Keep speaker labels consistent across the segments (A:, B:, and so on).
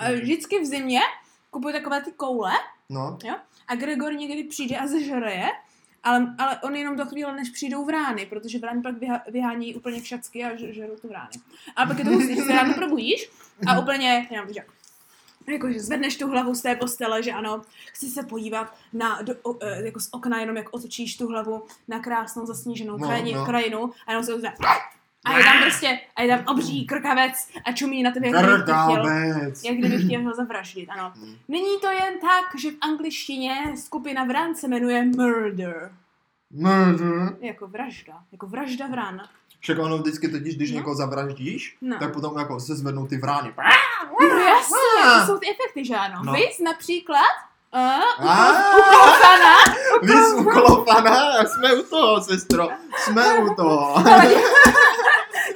A: E, Vždycky v zimě kupuju takové ty koule
B: No,
A: a Gregor někdy přijde a zežere je, ale, ale on jenom do chvíle, než přijdou vrány, protože vrány pak vyha, vyhání úplně všacky a ž- žerou tu vrány. A pak je to hustý, že se ráno probudíš a úplně, já víš jak, jakože jako, zvedneš tu hlavu z té postele, že ano, chci se podívat na, do, o, eh, jako z okna, jenom jak otočíš tu hlavu na krásnou zasněženou
B: No,
A: no, krajinu,
B: no.
A: no. krajinu a jenom se to zda- a je tam prostě, a je tam obří krkavec a čumí na tebe, jak kdyby tě chtěl,
B: krdábec.
A: jak kdyby chtěl ho zavraždit, ano.
B: Hm.
A: Není to jen tak, že v angličtině skupina vran se jmenuje murder.
B: Mrr.
A: Jako vražda. Jako vražda vran.
B: Mhm. Však ono vždycky totiž, když
A: No.
B: někoho zavraždíš,
A: No.
B: tak potom jako se zvednou ty vrány.
A: No jasně, to jsou ty efekty, že ano.
B: No.
A: No. Víš například uh,
B: Ah!
A: ukoukaná,
B: Vys ukolopaná, jsme u toho, sestro. Jsme u toho.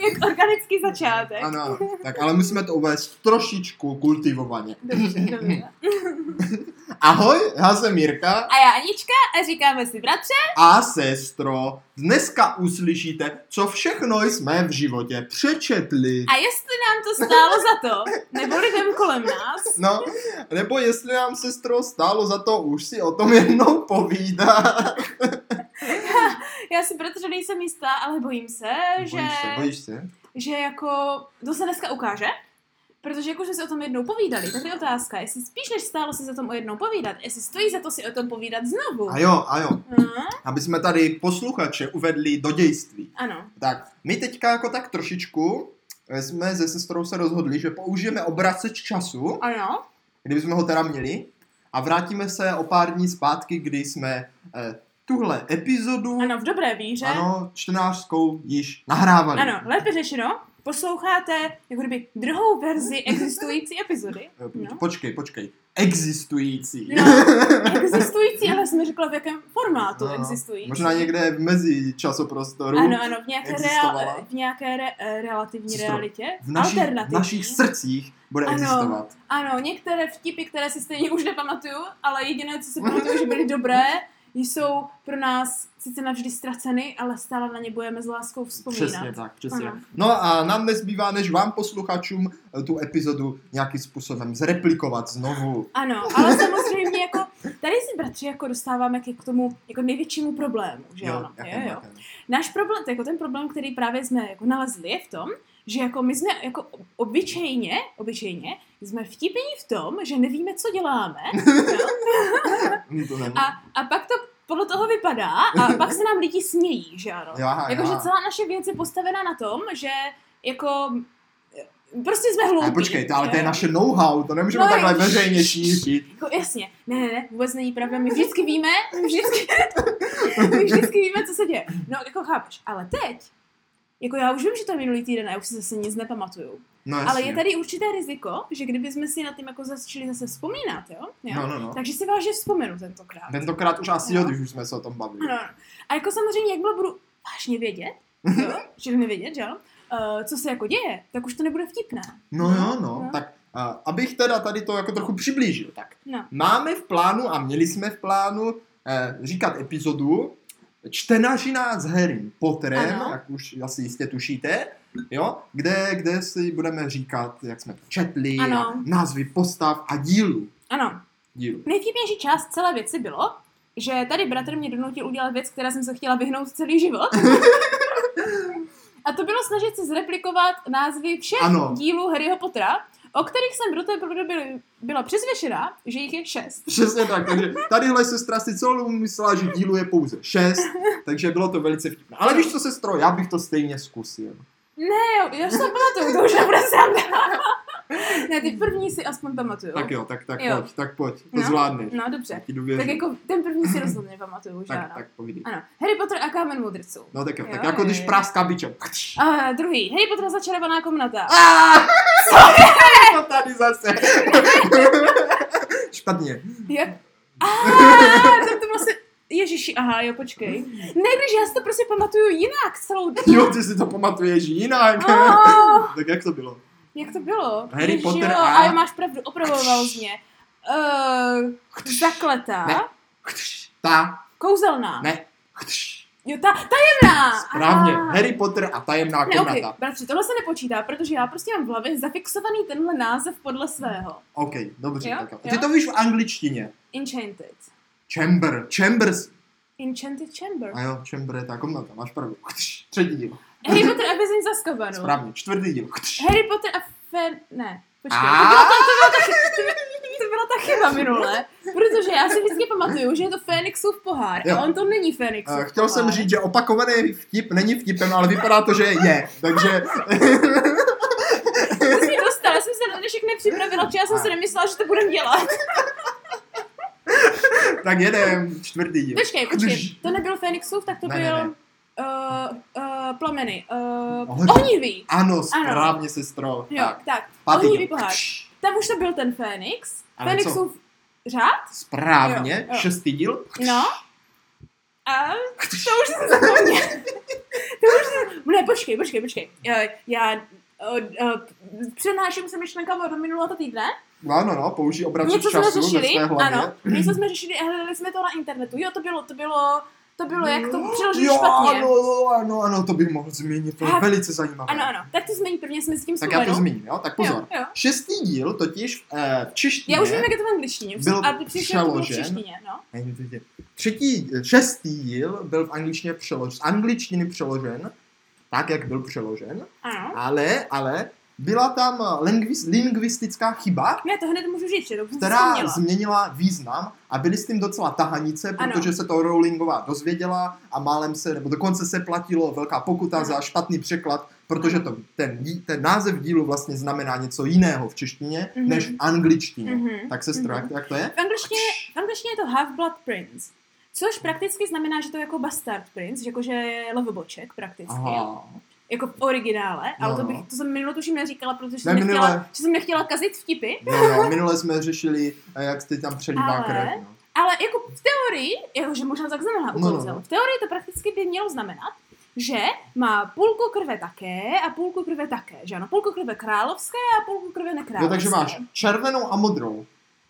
A: jak organický začátek.
B: Ano, tak ale musíme to uvést trošičku kultivovaně.
A: Dobře, dobře.
B: Ahoj, já jsem Jirka
A: A já Anička a říkáme si bratře.
B: a sestro. Dneska uslyšíte, co všechno jsme v životě přečetli.
A: A jestli nám to stálo za to, nebo lidem kolem nás,
B: No, nebo jestli nám sestro stálo za to, už si o tom jednou povídá.
A: já si protože nejsem jistá, ale bojím se, že...
B: Bojíš se, bojíš se?
A: že jako to se dneska ukáže, protože jak už jsme si o tom jednou povídali, tak je otázka, jestli spíš než stálo se za tom o jednou povídat, jestli stojí za to si o tom povídat znovu.
B: A jo, a jo,
A: Hm,
B: aby jsme tady posluchače uvedli do dějství.
A: ano,
B: Tak, my teďka jako tak trošičku eh, jsme se sestrou se rozhodli, že použijeme obraceč času,
A: ano,
B: kdybychom ho teda měli, a vrátíme se o pár dní zpátky, kdy jsme eh, tuhle epizodu,
A: ano, v dobré víře.
B: ano, čtenářskou, již nahrávali.
A: ano lépe řečeno, posloucháte jako kdyby druhou verzi existující epizody.
B: Eh,
A: No.
B: Počkej, počkej. Existující.
A: No, existující, ale jsem řekla v jakém formátu
B: No, no.
A: existují.
B: Možná někde mezi časoprostoru.
A: Ano, ano, v nějaké,
B: existovala.
A: rea- v nějaké re- eh, relativní
B: Sestro,
A: realitě,
B: v našich, v
A: alternativní.
B: našich srdcích bude
A: Ano.
B: existovat.
A: Ano, některé vtipy, které si stejně už nepamatuju, ale jediné, co si pamatuju, že byly dobré, jsou pro nás sice navždy ztraceny, ale stále na ně budeme s láskou vzpomínat.
B: Přesně tak, přesně.
A: Ano.
B: No a nám nezbývá, než vám posluchačům eh, tu epizodu nějakým způsobem zreplikovat znovu.
A: Ano, ale samozřejmě jako, tady si bratři jako dostáváme k, k tomu jako největšímu problému, že ano?
B: jaké
A: Jo, jo.
B: máte?
A: Náš problém, to je jako ten problém, který právě jsme jako nalezli, je v tom, že jako my jsme jako obyčejně, obyčejně, jsme vtipení v tom, že nevíme, co děláme, jo?
B: Hm, to nevím.
A: A, a pak to podle toho vypadá a pak se nám lidi smějí, že ano.
B: Jo, aha,
A: Jakože
B: jo, aha.
A: celá naše věc je postavená na tom, že jako prostě jsme hloupí.
B: Ale počkejte, ale to je
A: že-
B: naše know-how, to nemůžeme
A: No,
B: takhle
A: jo.
B: veřejně šířit.
A: Jako, jasně, ne, ne, ne, vůbec není pravda, my vždycky víme, my vždycky, my vždycky víme, co se děje. No, jako chápeš, ale teď, jako já už vím, že to je minulý týden a já už si zase nic nepamatuju,
B: No jasně.
A: ale je tady určité riziko, že kdybychom si na tím jako začali zase vzpomínat, jo? jo?
B: No, no, no.
A: Takže si vážně vzpomenu tentokrát.
B: Tentokrát už asi
A: Jo.
B: jo, když už jsme se o tom bavili.
A: Ano, ano. A jako samozřejmě, jakmile budu vážně vědět,
B: Mhm.
A: jo, že nevědět, že jo, eh, co se jako děje, tak už to nebude vtipné.
B: No jo, no.
A: No.
B: Tak a, abych teda tady to jako trochu přiblížil, tak
A: No.
B: máme v plánu a měli jsme v plánu eh, říkat epizodu Čtenařina s Harrym Potterem,
A: Ano.
B: jak už asi jistě tušíte, jo, kde, kde si budeme říkat, jak jsme to četli,
A: Ano.
B: a názvy postav a dílu.
A: Ano,
B: dílu.
A: nejvtipnější část celé věci bylo, že tady bratr mě donutil udělat věc, která jsem se chtěla vyhnout celý život. A to bylo snažit se zreplikovat názvy všech
B: Ano.
A: dílů Harryho Pottera, o kterých jsem do té doby byla přesvědčená, že jich je šest.
B: Přesně tak, takže tadyhle sestra si celou dobu myslela, že dílu je pouze šest, takže bylo to velice vtipné. Ale víš co, sestro, já bych to stejně zkusil.
A: Ne, já už to pamatuju, to už nebude sranda. Ne, ty první si aspoň pamatuju.
B: Tak jo, tak, tak
A: Jo.
B: pojď, tak pojď, to
A: No,
B: zvládneš.
A: No dobře.
B: Ti důvěřuji.
A: Tak jako ten první si rozhodně pamatuju, že
B: tak,
A: ano.
B: tak povídej.
A: Ano, Harry Potter a kámen mudrců.
B: No tak jo, tak
A: Jo,
B: jako
A: jo,
B: když
A: jo.
B: práská bičem.
A: A druhý, Harry Potter a začarovaná komnata.
B: Ah! Co tady zase? Špatně.
A: Jak? A, tak to vlastně... Ježiši, aha, jo, počkej. Ne, když já si to prostě pamatuju jinak celou dobu.
B: Jo, ty si to pamatuješ jinak.
A: Oh,
B: tak jak to bylo?
A: jak to bylo?
B: Harry
A: Ježiš,
B: Potter
A: jo,
B: a-
A: a... máš pravdu, opravoval z mě. Uh, zakletá,
B: Ne. Ta.
A: kouzelná,
B: Ne.
A: Jo, ta tajemná!
B: Správně,
A: Aha.
B: Harry Potter a tajemná
A: Ne,
B: komnata.
A: okay, bratři, tohle se nepočítá, protože já prostě mám v hlavě zafixovaný tenhle název podle svého.
B: OK, dobře.
A: Jo,
B: tak. jo.
A: jo.
B: Ty to víš v angličtině.
A: Enchanted.
B: Chamber, Chambers.
A: Enchanted Chamber.
B: A jo, Chamber je ta komnata, máš pravdu. Třetí díl,
A: Harry Potter a vězeň zaskovanou.
B: správně. Čtvrtý díl.
A: Harry Potter a Fen... Ne, počkej.
B: A?
A: To byla, ta, to, byla ta, chyba- to byla ta chyba minule, protože já si vždycky pamatuju, že je to Fénixův pohár
B: Jo.
A: a on to není Fénixův
B: Eh,
A: pohár.
B: Chtěl jsem říct, že opakovaný vtip není vtipem, ale vypadá to, že je. Takže
A: To jsi dostala, já jsem se na to všechny připravila, protože já jsem si nemyslela, že to budem dělat.
B: tak jedem. Čtvrtý díl.
A: Počkej, počkej, to nebyl Fénixův, tak to
B: Ne, ne,
A: byl...
B: ne.
A: Uh, uh, plameny. Uh,
B: Ohnivý.
A: ohnivý.
B: Ano, správně, sestro.
A: Jo,
B: Tak,
A: tak. tak.
B: pátý
A: Ohnivý
B: díl.
A: pohár. Tam už to byl ten Fénix.
B: Ale
A: Fénixův řád?
B: Správně,
A: Jo, jo.
B: šestý díl.
A: No. A to už jsem zapomněla. To už jsem... Ne, počkej, počkej, počkej. Eh, Já eh, eh, přenáším se myšlenkama do minulého týdne.
B: No, ano, no, použij obraček
A: Něco jsme
B: času ve
A: řešili,
B: své hlavě.
A: ano. Něco jsme řešili a hledali jsme to na internetu. Jo, to bylo, to bylo, to bylo, jak to přeložit
B: No, jo,
A: špatně.
B: Ano, jo, ano, ano, to bych mohl zmínit, to je
A: Ah,
B: velice zajímavé.
A: Ano, ano. Tak to změní prvně, jsme s tím
B: Tak já to
A: vzpomenu.
B: zmíním, jo? Tak pozor.
A: Jo, jo.
B: Šestý díl totiž eh, v češtině...
A: Já už vím, jak je to v angličtině. už
B: Byl
A: jsem- a ty přišel, to bylo v
B: přeložen.
A: češtině, no.
B: Není to tě- Třetí, šestý díl byl v angličtině přeložen, z angličtiny přeložen, tak, jak byl přeložen,
A: Ano.
B: ale, ale byla tam lingvis, lingvistická chyba,
A: Ne, to hned můžu říct, že to už jsem
B: která
A: vzpomněla.
B: změnila význam a byly s tím docela tahanice,
A: Ano.
B: protože se to Rowlingová dozvěděla a málem se, nebo dokonce se platilo velká pokuta
A: Ano.
B: za špatný překlad, protože to, ten, dí- ten název dílu vlastně znamená něco jiného v češtině
A: Mhm.
B: než v angličtině.
A: Mhm.
B: Tak sestro,
A: Mhm.
B: jak, jak to je?
A: V angličtině, v angličtině je to Half-Blood Prince, což prakticky znamená, že to je jako Bastard Prince, že jako že je levoboček prakticky, Aha.
B: Aha.
A: jako v originále, ale to,
B: No.
A: bych, to jsem minule tuším neříkala, protože jsem,
B: Ne,
A: nechtěla,
B: minule.
A: že jsem nechtěla kazit vtipy,
B: No, no, minule jsme řešili, eh, jak se tam přelívá
A: Ale-
B: krev. No.
A: ale jako v teorii, jako že možná tak znamená
B: No, no,
A: ukouzel,
B: no.
A: v teorii to prakticky by mělo znamenat, že má půlku krve také a půlku krve také, že ano, půlku krve královské a půlku krve nekrálovské.
B: Jo, No, takže máš červenou a modrou.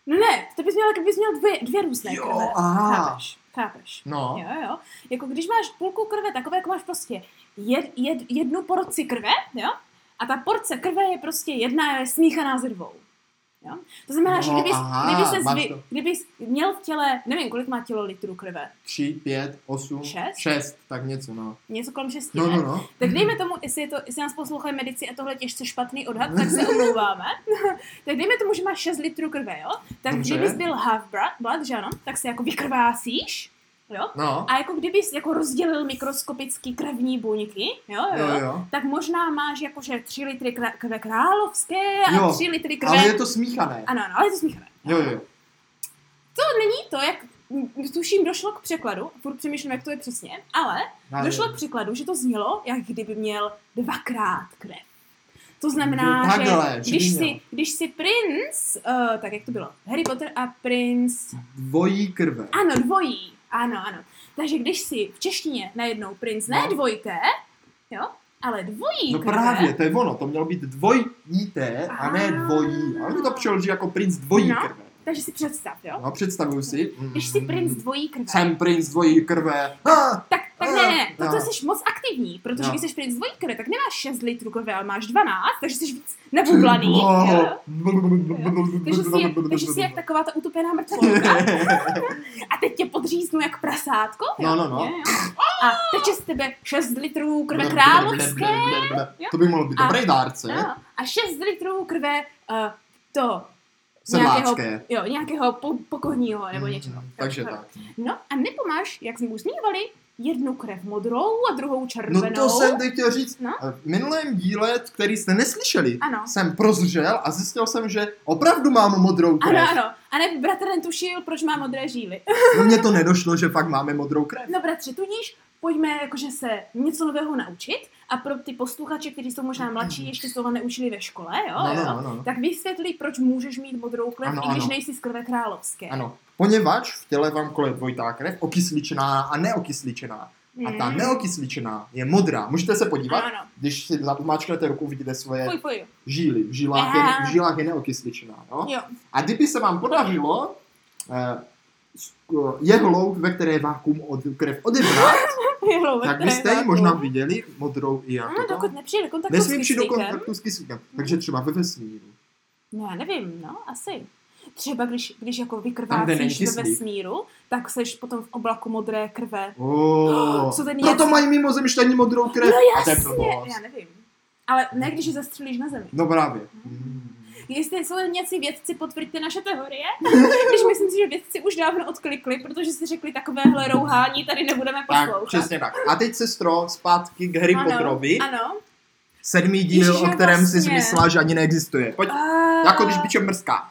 A: No ne, to bys měl, bys měl dvě, dvě různé
B: Jo,
A: krve.
B: aha.
A: Chápeš, chápeš.
B: No,
A: Jo, jo. Jako když máš půlku krve takové, jako máš prostě jed, jed, jednu porci krve, jo? A ta porce krve je prostě jedna je smíchaná ze dvou. Jo? To znamená, že
B: No,
A: kdyby,
B: aha,
A: kdyby, ses
B: máš
A: vy,
B: to.
A: kdyby jsi měl v těle, nevím, kolik má tělo litrů krve,
B: tři, pět, osm,
A: Šest?
B: šest, tak něco, no.
A: něco kolem 6
B: No, no, no.
A: Tak dejme tomu, jestli, je to, jestli nás poslouchají medici a tohle je těžce špatný odhad, tak se omlouváme. tak dejme tomu, že máš 6 litrů krve, jo? Tak
B: Dobře.
A: kdybys byl half blood, blood, že ano, tak se jako vykrvásíš, jo?
B: No,
A: A jako kdybys jako rozdělil mikroskopický krevní buňky, jo, jo,
B: jo,
A: jo.
B: jo.
A: tak možná máš jakože 3 litry kra- krve královské a
B: Jo,
A: 3 litry krve...
B: Ale je to smíchané.
A: Ano, ano, ale je to smíchané.
B: Jo, jo, jo.
A: To není to, jak m, tuším, došlo k překladu, furt přemýšlím, jak to je přesně, ale
B: Já
A: došlo
B: nevím.
A: k překladu, že to znělo, jak kdyby měl dvakrát krev. To znamená,
B: No
A: že,
B: takhle, že by
A: když,
B: měl.
A: si, když si princ, uh, tak jak to bylo, Harry Potter a princ
B: Dvojí krve.
A: Ano, dvojí. Ano, ano. Takže když si v češtině najednou princ, ne
B: No.
A: dvojité, jo, ale dvojí
B: No
A: krve,
B: právě, to je ono, to mělo být dvojité a ne dvojí. Ale mi to přeloží jako princ dvojí
A: No.
B: krve.
A: takže si představ, jo.
B: No, představuju si. mm,
A: Když si princ dvojí krve,
B: Jsem princ dvojí krve. Ah!
A: tak, tak ne, ne, ne,
B: No.
A: to jsi moc aktivní, protože
B: No.
A: když jsi princ dvojí krve, tak nemáš 6 litrů krve, ale máš 12, takže jsi víc nebublaný, jo. Takže jsi, jak- takže jsi jak taková ta utopená mrtvolka a teď tě podříznu jak prasátko. jo.
B: No, no, no.
A: Jo, jo. A teče z tebe 6 litrů krve královské. jo.
B: To by mohlo být
A: A-
B: dobrý dárce.
A: No, a 6 litrů krve uh, to nějakého,
B: Sedlácké.
A: jo, nějakého po, pokorního nebo něčeho.
B: Mm, Takže
A: Jo.
B: tak.
A: No a nebo máš, jak jsme už zmiňovali, jednu krev modrou a druhou
B: No
A: červenou.
B: to jsem teď chtěl říct. eh,
A: No.
B: V minulém díle, který jste neslyšeli,
A: Ano.
B: jsem prozřel a zjistil jsem, že opravdu mám modrou krev.
A: Ano, ano. A ne, bratr netušil, proč má modré žíly.
B: No mně to nedošlo, že fakt máme modrou krev.
A: No bratře, tudíž pojďme jakože se něco nového naučit a pro ty posluchače, kteří jsou možná mladší, ještě se toho neučili ve škole, jo,
B: No,
A: jo,
B: no, no, no.
A: tak vysvětli, proč můžeš mít modrou krev,
B: Ano,
A: i když
B: ano.
A: nejsi z krve královské.
B: Ano. Poněvadž v těle vám koluje dvojitá krev, okysličená a neokysličená. A ta
A: Mm.
B: neokysličená je modrá. Můžete se podívat,
A: Ano, ano.
B: když si zamáčknete ruku, vidíte svoje
A: Fuj, fuj.
B: žíly. V žílách, je, v žílách je neokysličená. No?
A: Jo.
B: A kdyby se vám podařilo eh, jehlout, ve které je vákum od krev odebrá,
A: Jehlou,
B: tak byste ji možná viděli, modrou i
A: jako- No,
B: jako
A: dokud
B: to.
A: nepřijde do kontaktu
B: Nesmí
A: s
B: přijít do
A: kyslíkem.
B: kontaktu s kyslíkem, takže třeba ve vesmíru.
A: No, já nevím, no, asi. Třeba když, když jako
B: Tam, kde není
A: vykrvácíš ve
B: kyslík.
A: vesmíru, tak seš potom v oblaku modré krve.
B: Oh,
A: Co ten No
B: proto
A: jac-
B: mají mimozemšťani modrou krev. A to je blbost.
A: já nevím. Ale ne, když je zastřelíš na zemi.
B: No právě. Hmm.
A: Jestli jsou nějací vědci, potvrďte naše teorie. Když myslím si, že vědci už dávno odklikli, protože si řekli takovéhle rouhání, tady nebudeme
B: Tak,
A: poslouchat.
B: přesně tak. A teď, sestro, zpátky k Harry Potterovi.
A: Ano, ano.
B: Sedmý díl,
A: Ježiš,
B: o
A: jak
B: kterém si
A: vlastně.
B: zmyslela, že ani neexistuje. Pojď,
A: A...
B: jako když bičem mrská.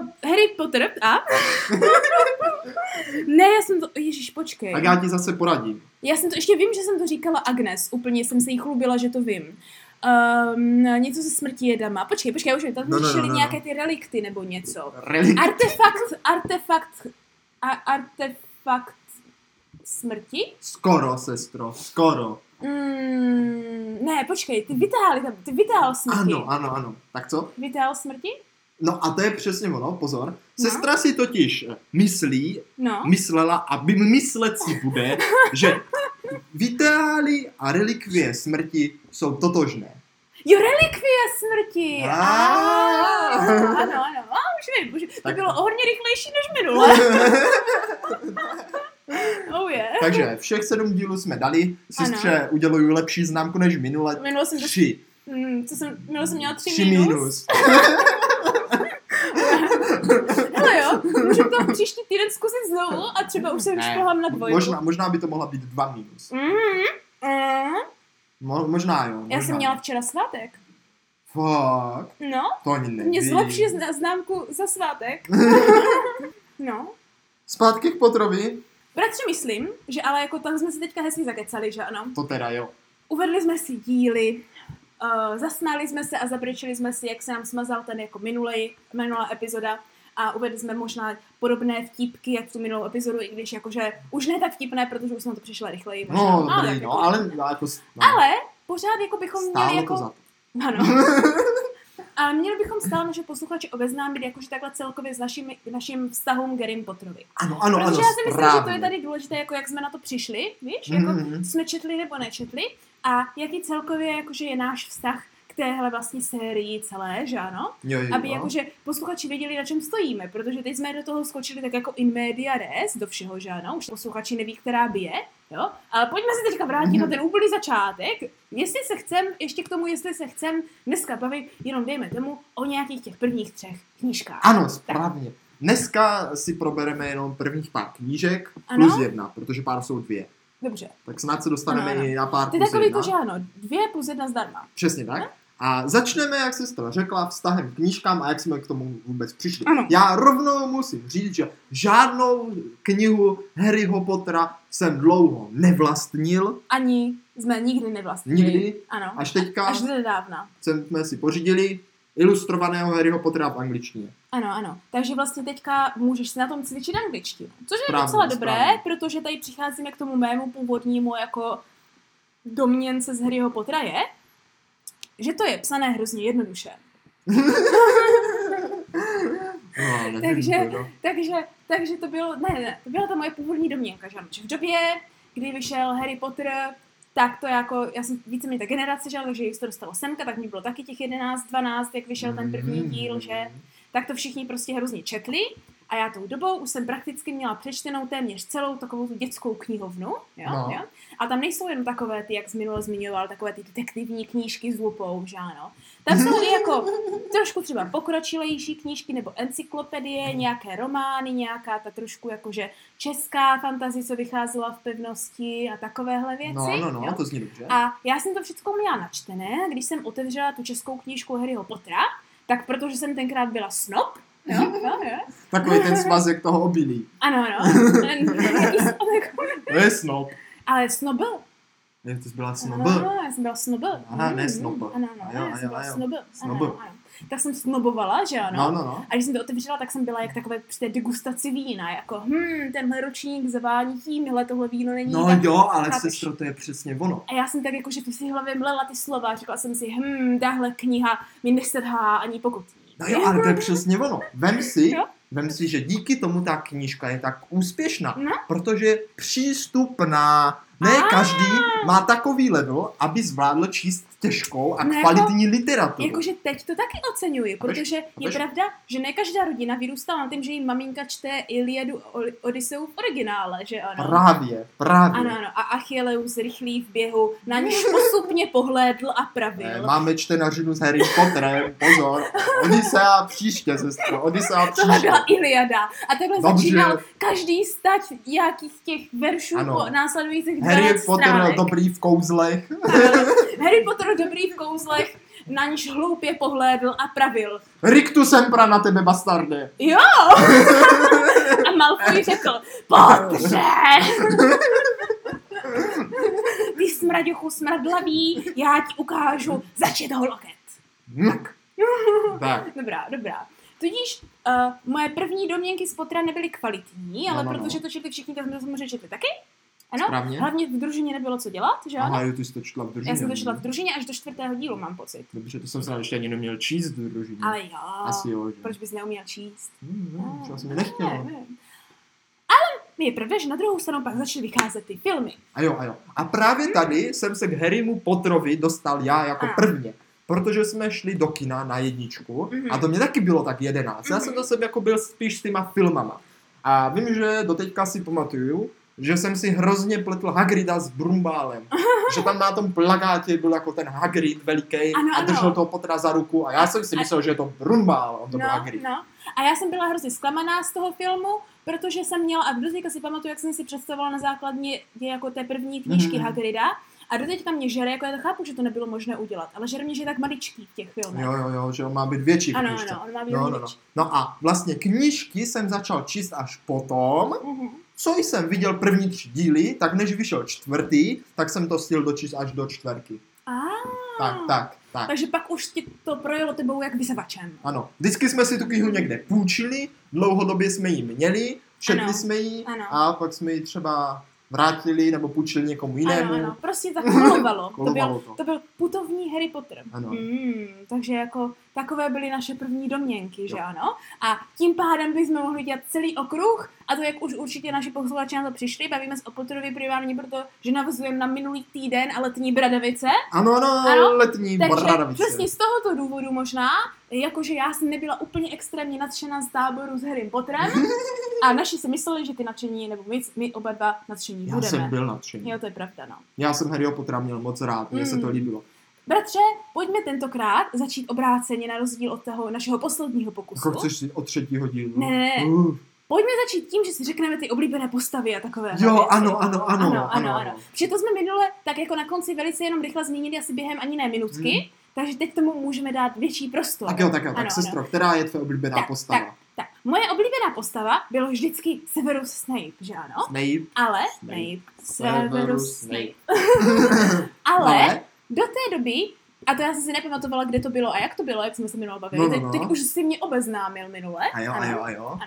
A: Uh, Harry Potter a? ne, já jsem to... Ježíš, počkej.
B: Tak já ti zase poradím.
A: Já jsem to ještě vím, že jsem to říkala Agnes, úplně jsem se jí chlubila, že to vím. Um, něco se smrti jedama. Počkej, počkej, já už vím, tam no,
B: No, no, no,
A: řešili
B: no, no.
A: nějaké ty relikty nebo něco.
B: Relik.
A: Artefakt, artefakt, a, artefakt smrti?
B: Skoro, sestro, skoro.
A: Mm, ne, počkej, ty vytáhli tam, ty vytáhl smrti.
B: Ano, ano, ano. Tak co?
A: Vytáhl smrti?
B: No a to je přesně ono, pozor. Sestra si totiž eh, myslí,
A: No.
B: myslela a by- myslet si bude, že vitály a relikvie smrti jsou totožné.
A: Jo, relikvie smrti!
B: Ah.
A: Ah, Ano, ano, ano, Ah, už vím, už To
B: Tak-
A: bylo o hodně rychlejší než minule. Oh yeah.
B: Takže všech sedm dílů jsme dali. Sestře uděluju lepší známku než minule.
A: Minule jsem to
B: Tři.
A: Hmm, co jsem, měla jsem měla tři,
B: Tři
A: minus.
B: minus.
A: Hele jo, můžu to příští týden zkusit znovu a třeba už se vyšplhám na dvojku.
B: Možná, možná by to mohla být dva minus.
A: Mhm. Mhm.
B: Mo, možná jo. Možná.
A: Já jsem měla včera svátek.
B: Fuck,
A: No,
B: to ani nevím.
A: mě zlepší zna- známku za svátek. No.
B: Zpátky k Potrovi.
A: Bratře, myslím, že ale jako tak jsme si teďka hezky zakecali, že ano.
B: To teda jo.
A: Uvedli jsme si díly, uh, zasmáli jsme se a zabrečili jsme si, jak se nám smazal ten jako minulej, minulá epizoda a uvedli jsme možná podobné vtipky, jak v tu minulou epizodu, i když jakože už ne tak vtipné, protože už jsme to přišli rychleji.
B: No,
A: možná.
B: dobrý,
A: tak
B: no,
A: jako-
B: ale jako... No,
A: ale pořád jako bychom
B: stálo
A: měli jako...
B: to za to.
A: Ano. Ale měli bychom stále naše posluchače obeznámit jakože takhle celkově s našimi, naším vztahům k Harry Potterovi.
B: Ano, ano, No, ano,
A: Protože já si myslím,
B: správně.
A: že to je tady důležité, jako jak jsme na to přišli, víš, jako
B: Mhm.
A: jsme četli nebo nečetli a jaký celkově jakože je náš vztah k téhle vlastně sérii celé, že ano?
B: Jo, jo,
A: Aby jako-
B: jo.
A: jakože posluchači věděli, na čem stojíme, protože teď jsme do toho skočili tak jako in media res, do všeho, že ano? Už posluchači neví, která by je, jo? Ale pojďme se teďka vrátit na
B: Mhm.
A: ten úplný začátek. Jestli se chcem, ještě k tomu, jestli se chcem dneska bavit, jenom dejme tomu o nějakých těch prvních třech knížkách.
B: Ano, správně. Dneska si probereme jenom prvních pár knížek
A: Ano.
B: plus jedna, protože pár jsou dvě.
A: Dobře.
B: Tak snad se dostaneme
A: No, Ano, ano.
B: i na pár
A: Ty
B: plus
A: takový
B: jedna.
A: jako, že ano, dvě plus jedna zdarma.
B: Přesně tak. A začneme, jak sestra řekla, vztahem k knížkám a jak jsme k tomu vůbec přišli.
A: Ano.
B: Já rovnou musím říct, že žádnou knihu Harryho Pottera jsem dlouho nevlastnil,
A: Ani jsme nikdy nevlastnili.
B: nikdy.
A: Ano.
B: Až teďka
A: Až do nedávna.
B: jsme si pořídili ilustrovaného Harryho Pottera v angličtině.
A: Ano, ano. Takže vlastně teďka můžeš si na tom cvičit angličtinu. Což je
B: Správně,
A: docela dobré,
B: správně.
A: protože tady přicházíme k tomu mému původnímu jako domněnce z Harryho Pottera je, že to je psané hrozně jednoduše.
B: No, nevím,
A: Takže-
B: to, no.
A: Takže, takže to bylo, ne, ne, to byla ta moje původní domněnka, že ano, že v době, kdy vyšel Harry Potter, tak to jako, já jsem víceméně ta generace, že ano, takže jich to dostalo semka, tak mi bylo taky těch 11, 12, jak vyšel ten první
B: Mm.
A: díl, že tak to všichni prostě hrozně četli. A já tou dobou už jsem prakticky měla přečtenou téměř celou takovou tu dětskou knihovnu. Jo?
B: No.
A: No. Jo? A tam nejsou jenom takové ty, jak jsi minule zmiňoval, takové ty detektivní knížky s lupou, že ano. Tam jsou i jako trošku třeba pokročilejší knížky nebo encyklopedie,
B: Mhm.
A: nějaké romány, nějaká ta trošku jakože česká fantazie, co vycházela v pevnosti a takovéhle věci.
B: No, no, no,
A: jo?
B: to zní dobře.
A: A já jsem to všechno měla načtené, když jsem otevřela tu českou knížku Harryho Pottera, tak protože jsem tenkrát byla snob, jo, jo, jo.
B: Takový ten svazek toho obilí.
A: Ano, ano. Jaký snob-
B: To je snob.
A: Ale snobl.
B: Je, no. to byla snob.
A: Ano, ano, já jsem byla snobl.
B: Aha, ne
A: Mm,
B: snobl.
A: Ano,
B: A
A: ano,
B: jo,
A: ano, já
B: a
A: jsem
B: jo,
A: byla
B: a jo.
A: snobl. Ano,
B: Snobl.
A: ano, ano. Tak jsem snobovala, že ano.
B: No, no, no.
A: A když jsem to otevřela, tak jsem byla jak takové při té degustaci vína, jako hm, tenhle ročník zavání tím, hele, tohle víno není
B: No
A: tak
B: jo, ale
A: chápeš?
B: sestro, to je přesně ono.
A: A já jsem tak jakože v si hlavě mlela ty slova, říkala jsem si, hm, tahle kniha mi nesedhá ani pokud.
B: No jo, ale to je přesně ono. Vem si,
A: Jo.
B: Vem si, že díky tomu ta knížka je tak úspěšná,
A: No.
B: protože je přístupná. Ne
A: Ah.
B: každý má takový level, aby zvládl číst těžkou a
A: No jako-
B: kvalitní literaturu.
A: Jakože teď to taky oceňuji, protože je
B: veš-
A: pravda, že ne každá rodina vyrůstala na tím, že jí maminka čte Iliadu Oli- Odiseu v originále, že ano?
B: Právě, právě.
A: Ano, ano. A Achilleus rychlý v běhu, na něž posupně pohlédl a
B: Ne,
A: pravil.
B: máme čtenařinu s Harry Potterem, pozor. Odisea příště, sestro, Odisea
A: Tohle
B: příště.
A: byla Iliada. A takhle
B: Dobře.
A: začínal každý stať nějakých těch veršů
B: Ano.
A: po následujících 12
B: Harry Potter
A: stránek.
B: dobrý v kouzlech.
A: Harry Potter dobrý v kouzlech, na níž hloupě pohlédl a pravil.
B: Riktu sempra na tebe, bastarde.
A: A Malfoy řekl, Potře! Ty smraďochu smradlavý, já ti ukážu začet ho loket.
B: Hm. Tak.
A: Dobrá, dobrá. Tudíž uh, moje první domněnky z potra nebyly kvalitní,
B: No,
A: ale
B: no, no.
A: protože to četli všichni, tak jsme samozřejmě četli taky. Ano,
B: Správně.
A: No, hlavně v družině nebylo co dělat, že ano?
B: Aha, jo, ty jsi to četla v družině.
A: Já jsem to četla v družině až do čtvrtého dílu, mám pocit.
B: Dobře, to jsem se ještě ani neměl číst v družině.
A: Ale jo,
B: Asi jo, že?
A: proč bys neuměl číst?
B: Hm, hm,
A: No,
B: to asi mi
A: ne,
B: nechtělo.
A: ne. Ale je pravda, že na druhou stranu pak začaly vycházet ty filmy.
B: A jo, a jo. A právě tady jsem se k Harrymu Potterovi dostal já jako
A: Mhm. Ano.
B: prvně. Protože jsme šli do kina na jedničku
A: Mhm.
B: a to mě taky bylo tak jedenáct. Já
A: Mhm.
B: jsem to sebe jako byl spíš s těma filmama. A vím, že doteďka si pamatuju, že jsem si hrozně pletl Hagrida s Brumbálem. že tam na tom plakátě byl jako ten Hagrid veliký
A: Ano,
B: a
A: ano.
B: držel toho Pottera za ruku a já jsem si myslel, že je to Brumbál, on to byl
A: No,
B: Hagrid.
A: no. A já jsem byla hrozně zklamaná z toho filmu, protože jsem měla, a doteďka si pamatuju, jak jsem si představovala na základně jako té první knížky
B: Mhm.
A: mm. Hagrida. A doteďka mě žere, jako já to chápu, že to nebylo možné udělat, ale žere mě, že je tak maličký v těch filmech.
B: Jo, jo, jo, že on má být větší v
A: no. ano,
B: knižce.
A: ano, on má být
B: No, no, no. no a vlastně knížky jsem začal číst až potom,
A: Mhm.
B: co jsem viděl první tři díly, tak než vyšel čtvrtý, tak jsem to stihl dočíst až do čtvrtky.
A: A,
B: Tak,
A: Ah.
B: tak, tak.
A: Takže pak už ti to projelo tebou jak vysavačem.
B: Ano, vždycky jsme si tu knihu někde půjčili, dlouhodobě jsme ji měli, četli
A: Ano,
B: jsme ji
A: ano.
B: a pak jsme ji třeba vrátili nebo půjčili někomu jinému.
A: Ano, ano, prostě tak kolovalo. to, byl,
B: Kolovalo to.
A: to byl putovní Harry Potter.
B: Ano.
A: Mm, takže jako takové byly naše první domněnky, že
B: Jo.
A: ano? A tím pádem bychom mohli dělat celý okruh, a to jak už určitě naši posluchači na to přišli, bavíme se o Potterovi primárně, protože navazujeme na minulý týden a letní bradavice.
B: Ano, ano,
A: Ano,
B: letní
A: Takže
B: Bradavice.
A: přesně z tohoto důvodu možná, jakože já jsem nebyla úplně extrémně nadšená z táboru s Harry Potterem a naši si mysleli, že ty nadšení, nebo my, my oba dva nadšení
B: Já
A: budeme.
B: jsem byl nadšený.
A: Jo, to je pravda, no.
B: Já jsem Harryho Pottera měl moc rád, mně se to
A: Mm.
B: líbilo.
A: Bratře, pojďme tentokrát začít obráceně na rozdíl od toho našeho posledního pokusu.
B: Jako chceš si od třetího dílu?
A: Ne, ne, ne.
B: Uh.
A: Pojďme začít tím, že si řekneme ty oblíbené postavy a takové.
B: Jo, ano, ano, ano,
A: ano, ano, ano. Protože to jsme minule tak jako na konci velice jenom rychle zmínili, asi během ani ne minutky,
B: Hmm.
A: takže teď tomu můžeme dát větší prostor.
B: Tak jo, tak jo, tak
A: Ano,
B: sestro, která je tvoje oblíbená
A: Tak,
B: postava?
A: tak. Tak, moje oblíbená postava bylo vždycky Severus Snape, že ano?
B: Snape.
A: Ale,
B: Snape.
A: Snape, Severus Snape. Ale,
B: Ale?
A: do té doby, a to já jsem si nepamatovala, kde to bylo a jak to bylo, jak jsme se minule bavili,
B: No, no,
A: teď,
B: no.
A: teď už si mě obeznámil minule.
B: A jo, a
A: ano.
B: jo, a jo.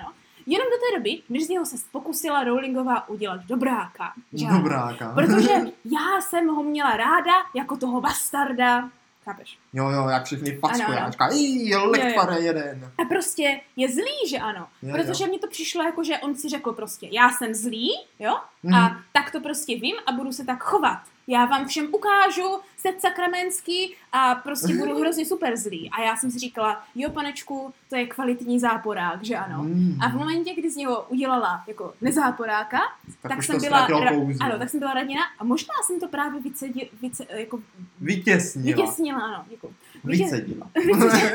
A: Jenom do té doby, než z něho se pokusila Rowlingová udělat dobráka. že ano?
B: Dobráka.
A: Protože já jsem ho měla ráda jako toho bastarda. Chápeš?
B: Jo, jo, jak všechny
A: Ano,
B: fackujáčka. Jí, lektvare jeden.
A: A prostě je zlý, že ano.
B: Jo,
A: Protože mně to přišlo jako, že on si řekl prostě, já jsem zlý, jo,
B: Mhm.
A: a tak to prostě vím a budu se tak chovat. Já vám všem ukážu, jste sakramenský a
B: Mhm.
A: prostě budu hrozně super zlý. A já jsem si říkala, jo panečku, to je kvalitní záporák, že ano.
B: Mm.
A: A v momentě, kdy z něho udělala jako nezáporáka, tak, tak
B: už
A: jsem
B: to
A: byla
B: ztratilo
A: ra-
B: kouzlo.
A: ano, tak jsem byla raděna a možná jsem to právě vycedil, vyce, jako
B: Vytěsnila.
A: vytěsnila, ano, děkuji. Vytě-
B: Vycedila.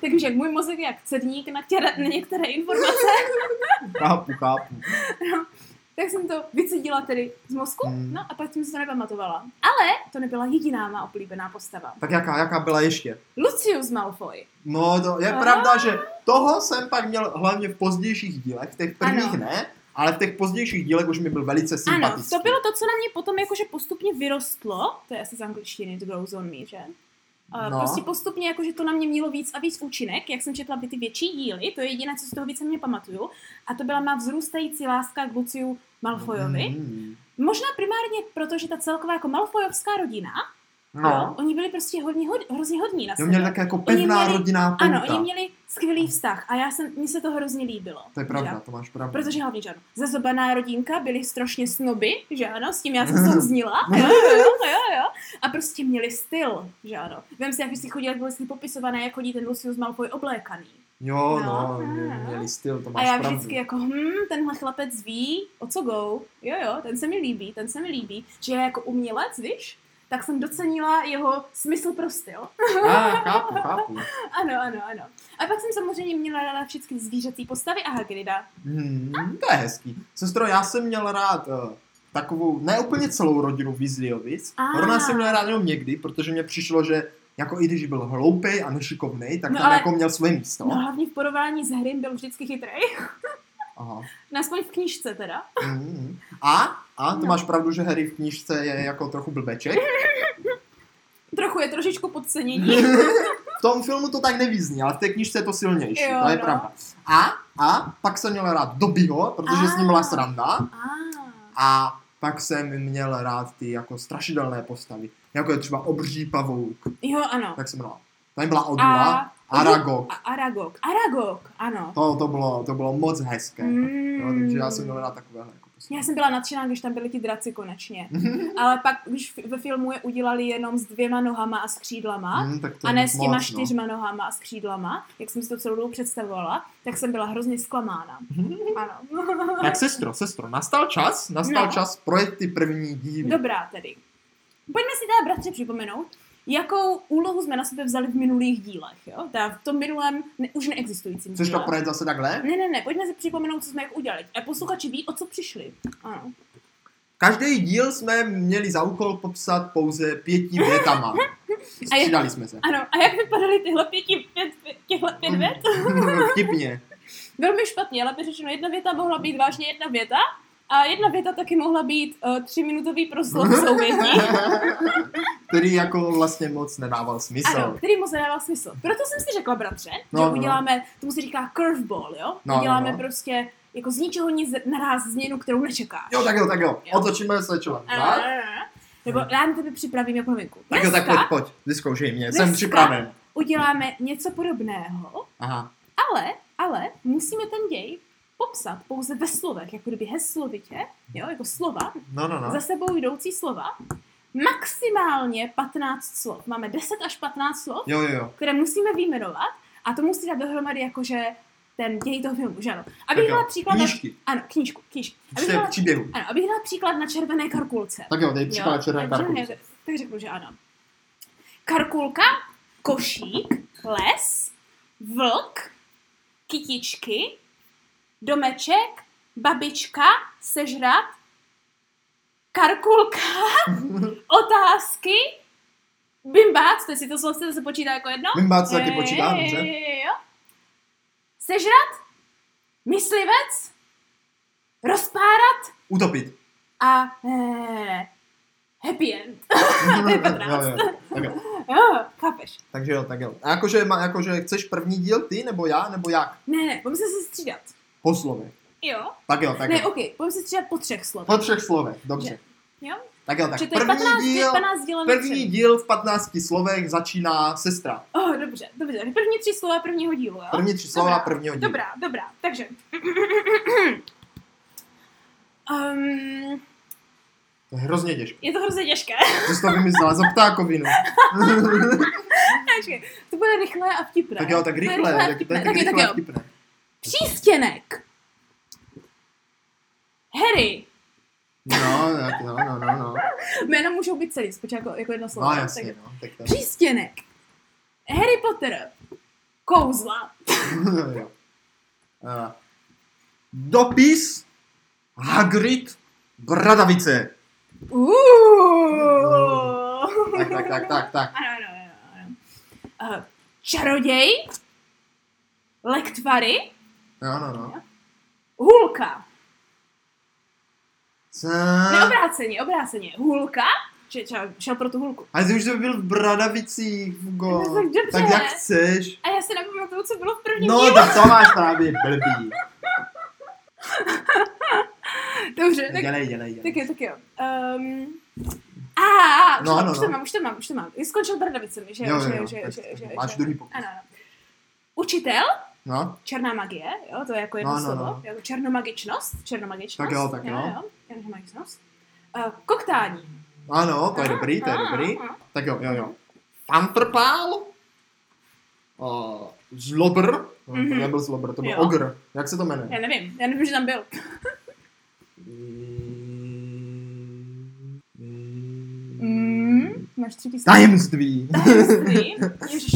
A: Takže můj mozek je jak cedník na, těra, na některé informace,
B: chápu, chápu.
A: tak jsem to vycedila tedy z mozku,
B: Hmm.
A: no a pak jsem si to nepamatovala. Ale to nebyla jediná má oblíbená postava.
B: Tak jaká, jaká byla ještě?
A: Lucius Malfoy.
B: No, to je
A: A?
B: pravda, že toho jsem pak měl hlavně v pozdějších dílech, v těch prvních
A: Ano.
B: ne, ale v těch pozdějších dílech už mi byl velice
A: Ano,
B: sympatický.
A: to bylo to, co na mě potom jakože postupně vyrostlo, to je asi z angličtiny, it grows on me, že? A
B: No.
A: Prostě postupně, jakože to na mě mělo víc a víc účinek, jak jsem četla ty, ty větší díly, to je jediné, co z toho více mě pamatuju. A to byla má vzrůstající láska k Luciu Malfoyovi.
B: Mm.
A: Možná primárně proto, že ta celková jako Malfoyovská rodina Jo,
B: No.
A: oni byli prostě hodně, hod, hrozně hodní na
B: Jo,
A: sebe.
B: měli tak jako pevná
A: měli-
B: rodinná
A: Ano,
B: pouta.
A: oni měli skvělý vztah a já jsem, mně se to hrozně líbilo.
B: To je
A: Že?
B: pravda, to máš pravdu.
A: Protože hlavně že ano, zazobaná rodinka byli strašně snoby, že ano, s tím já jsem souznila, jo, jo, jo, jo, a prostě měli styl, že ano. Vem si, jak si chodil, jak byly si popisované, jak chodí ten Lucius Malfoy oblékaný.
B: Jo,
A: No,
B: no,
A: no.
B: mě- měli styl, to
A: A
B: máš
A: já
B: pravdu.
A: vždycky jako, hm, tenhle chlapec ví, o co go, jo, jo, ten se mi líbí, ten se mi líbí, že je jako umělec, víš, tak jsem docenila jeho smysl pro styl. jako-
B: A, chápu, chápu.
A: Ano, ano, ano. A pak jsem samozřejmě měla ráda všechny zvířecí postavy a Hagrida.
B: Hmm, to je hezký. Sestro, já jsem měl rád eh, takovou, ne úplně celou rodinu Weasleyových.
A: A.
B: Rona jsem měl rád jenom někdy, protože mě přišlo, že jako i když byl hloupej a nešikovnej, tak
A: No
B: tam
A: ale-
B: jako měl svoje místo.
A: No hlavně v porovnání s Hrym byl vždycky chytrý.
B: Aha.
A: Naspoň v knížce teda.
B: Mm. A, a, to
A: No.
B: máš pravdu, že Harry v knížce je jako trochu blbeček.
A: Trochu je trošičku podcenění.
B: V tom filmu to tak nevyzní, ale v té knižce je to silnější,
A: Jo,
B: to je
A: no.
B: pravda. A, a, pak jsem měl rád Dobbyho, protože s ním
A: A.
B: byla sranda.
A: A, Ah.
B: A pak jsem měl rád ty jako strašidelné postavy, jako je třeba obří pavouk,
A: jo, ano.
B: tak jsem měl. Tam byla
A: A,
B: Odula, Aragog.
A: a Aragog. Aragog, ano.
B: To, to, bylo, to bylo moc hezké. Jo,
A: Mm.
B: No, takže já jsem měl rád takové jako postavy. Mhm,
A: Já jsem byla nadšená, když tam byly ti draci konečně. Ale pak, když ve filmu je udělali jenom s dvěma nohama a s křídlama,
B: Hmm, tak to
A: a
B: je
A: ne
B: moc
A: s těma
B: moc,
A: čtyřma nohama a s křídlama, jak jsem si to celou dobu představovala, tak jsem byla hrozně zklamána. Ano.
B: No. Mhm. Tak sestro, sestro, nastal čas, nastal
A: No.
B: čas projet ty první díly.
A: Dobrá tedy. Pojďme si teda, bratře, připomenout, jakou úlohu jsme na sebe vzali v minulých dílech, jo? Teda v tom minulém ne, už neexistujícím
B: Chceš to
A: díle.
B: projet zase takhle?
A: Ne, ne, ne, pojďme si připomenout, co jsme jak udělali. A posluchači ví, o co přišli. Ano.
B: Každý díl jsme měli za úkol popsat pouze pěti větama.
A: A je-
B: Střídali jsme se.
A: ano, a jak vypadaly tyhle pěti, pět, pět, těchhle pět vět?
B: Mm. Vtipně.
A: Velmi špatně, ale by řečeno, jedna věta mohla být vážně jedna věta a jedna věta taky mohla být uh, třiminutový proslov v souvětí.
B: který jako vlastně moc nedával smysl.
A: Ano, který mu zadával smysl. Proto jsem si řekla, bratře,
B: No,
A: že
B: no.
A: uděláme, tomu se říká curveball, jo?
B: No, no,
A: uděláme
B: no.
A: prostě jako z ničeho nic naraz změnu, kterou nečekáš.
B: Jo, tak jo, tak jo.
A: Jo. Eh,
B: Otočíme se člen.
A: Ano,
B: Tak?
A: ano, ano. Nebo já na tebe připravím jako minku.
B: tak jo, tak
A: Dneska
B: pojď, pojď, vyzkoušej mě,
A: Dneska-
B: jsem připraven.
A: uděláme něco podobného,
B: Aha.
A: ale, ale musíme ten děj popsat pouze ve slovech, jako kdyby heslovitě, jo, jako slova,
B: No, no, no.
A: za sebou jdoucí slova, maximálně 15 slov. Máme 10 až 15 slov,
B: Jo, jo, jo.
A: které musíme vyjmenovat a to musí dát dohromady jakože ten děj toho filmu, že ano.
B: Tak
A: Abych
B: jo.
A: dala příklad na...
B: Knížky,
A: Ano, knížku, knížku. Abych
B: čte
A: dala,
B: příběhu.
A: ano, abych dala příklad na červené karkulce.
B: Tak jo, dej příklad černé
A: tak
B: karku.
A: červené- Tak řeknu, že ano. Karkulka, košík, les, vlk, kytičky, domeček, babička, sežrat, karkulka, otázky, bimbác, to si to slovo se počítá jako jedno?
B: Mimba, co taky
A: Jo,
B: počítá,
A: jo, jo,
B: dobře?
A: jo, jo. Sežrat, myslivec, rozpárat
B: Utopit.
A: a eh, happy end. je patnáct.
B: Jo, jo. Tak jo.
A: Jo, chápeš?
B: Takže jo, tak jo. A jakože, má- jakože chceš první díl ty, nebo já, nebo jak?
A: Ne, ne, pojďme se střídat.
B: Po slově.
A: Jo?
B: Tak jo, tak
A: ne,
B: jo.
A: ok, pojďme se střídat po třech slovech.
B: Po třech slovech, dobře.
A: Jo?
B: Tak jo, tak
A: Takže to je 15,
B: první díl,
A: 15 děleno
B: první díl v 15 slovech začíná sestra.
A: Oh, dobře, dobře. První tři slova prvního dílu, jo?
B: První tři slova prvního dílu.
A: Dobrá, dobrá, takže. um,
B: To je hrozně těžké.
A: je to hrozně těžké.
B: Ty jsi to vymyslela za ptákovinu.
A: Počkej, to bude rychlé a vtipné.
B: tak jo, tak
A: To bude
B: rychle,
A: a
B: tak, tak,
A: vtipné.
B: tak,
A: tak, jo,
B: rychle
A: tak jo.
B: vtipné.
A: Přístěnek. Harry.
B: No, tak, no, no, no, no.
A: Jména můžou být celý, zpočátku jako, jako jedno slovo.
B: No,
A: jo?
B: jasně,
A: Tak-
B: no. Tak to...
A: Přístěnek. Harry Potter. Kouzla.
B: jo. Eh, Dopis Hagrid Bradavice.
A: Uuuu.
B: No. Tak, tak, tak, tak, tak.
A: Ano, ano, ano, ano. Eh, Čaroděj. Lektvary.
B: No, no, no.
A: Hulka.
B: Co?
A: Ne, obráceně, obráceně. Hulka. Že ča- šel pro tu hulku.
B: Ale ty už jsi byl v Bradavicích, Hugo.
A: No, tak dobře.
B: Tak jak chceš.
A: A já se nepamatuju, co bylo v prvním
B: No,
A: dílu.
B: tak to máš právě blbý.
A: Dobře, tak
B: Dělej, dělej, dělej.
A: Tak jo, tak jo. Um, A, už,
B: No,
A: no,
B: no,
A: no, už to
B: no.
A: mám, už to mám, už to mám. Skončil brdavicemi, že
B: Jo, jo,
A: že,
B: jo,
A: že,
B: tak
A: že, že,
B: máš
A: že,
B: druhý pokus.
A: Ano, ano. Učitel,
B: No,
A: černá magie, jo, to je jako jedno
B: No,
A: no,
B: no,
A: slovo,
B: no.
A: no. jako černomagičnost, černomagičnost.
B: Tak jo, tak jo.
A: jo, černomagičnost. Uh, koktání.
B: ano, to je
A: Aha,
B: dobrý, to je
A: aha,
B: dobrý.
A: aha.
B: Tak jo, jo, jo. Pantrpál? Uh, zlobr? No, To
A: Mhm.
B: nebyl zlobr, to byl
A: Jo.
B: ogr. Jak se to jmenuje?
A: Já nevím, já nevím, že tam byl.
B: Mm, mm,
A: Mm, máš tři písmena.
B: Tajemství.
A: Tajemství.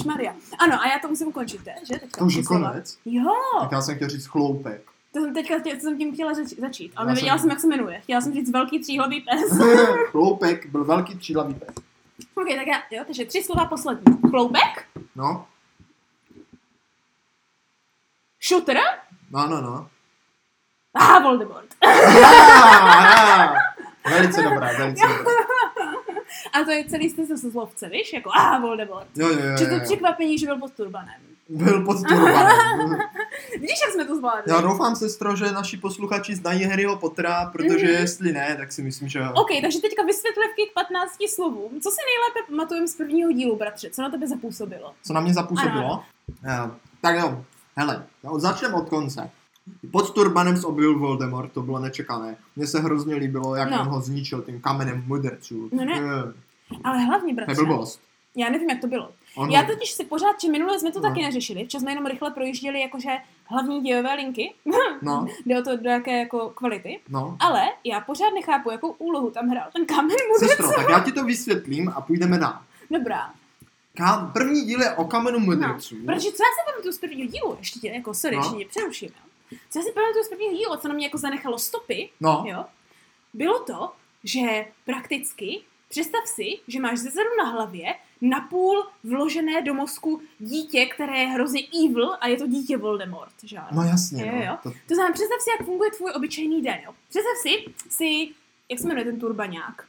A: Maria. Ano, a já to musím ukončit, že? Teďka
B: To už je
A: musím slova. No.
B: konec.
A: Jo,
B: Tak já jsem chtěl říct chloupek.
A: to jsem teďka chtěla, co jsem tím chtěla zač- začít, ale
B: Já
A: nevěděla
B: jsem-
A: jsem, jak se jmenuje. Chtěla jsem říct velký tříhlavý pes.
B: chloupek byl velký třílavý pes.
A: ok, tak já, jo, takže tři slova poslední. Chloupek,
B: No,
A: šutr
B: no, no, no.
A: a Voldemort.
B: Ah, ah. Velice dobrá, velice dobrá.
A: A to je celý styl se slovce, víš? Jako a Voldemort.
B: Jo, jo, jo,
A: Že
B: jo,
A: to
B: jo.
A: překvapení, že byl pod turbanem.
B: Byl pod turbanem.
A: Vidíš, jak jsme to zvládli?
B: Já doufám, sestro, že naši posluchači znají Harryho Pottera, protože
A: Mhm.
B: jestli ne, tak si myslím, že...
A: OK, takže teďka vysvětlivky k 15 slovům. Co si nejlépe pamatujeme z prvního dílu, bratře? Co na tebe zapůsobilo?
B: Co na mě zapůsobilo? Eh, Tak jo, hele, jo, začneme od konce. Pod turbanem se objevil Voldemort, to bylo nečekané. Mně se hrozně líbilo, jak
A: No.
B: on ho zničil tím kamenem mudrců.
A: No ne.
B: Eh,
A: Ale hlavně,
B: To
A: bratře,
B: je blbost.
A: já nevím, jak to bylo.
B: On
A: Já
B: ho-
A: totiž si pořád, že minule jsme to
B: No.
A: taky neřešili, včas jsme jenom rychle projížděli jakože hlavní dějové linky,
B: No,
A: jde o to, do jaké jako kvality,
B: no.
A: ale já pořád nechápu, jakou úlohu tam hrál ten kamen mudrců.
B: Sestro, tak já ti to vysvětlím a půjdeme dál.
A: Dobrá,
B: Ká- První díl je o kamenu
A: No,
B: mudrců.
A: protože co já si pamatuju z prvního dílu, ještě tě, jako, sorry,
B: No.
A: no. že tě přeruším, jo. co já si pamatuju z prvního dílu, co na mě jako zanechalo stopy,
B: No,
A: jo, bylo to, že prakticky, představ si, že máš ze zadu na hlavě napůl vložené do mozku dítě, které je hrozně evil a je to dítě Voldemort, že ano?
B: no jasně.
A: Jo,
B: no.
A: jo.
B: To,
A: To znamená, představ si, jak funguje tvůj obyčejný den, jo. Představ si, si, jak se jmenuje ten turbaňák?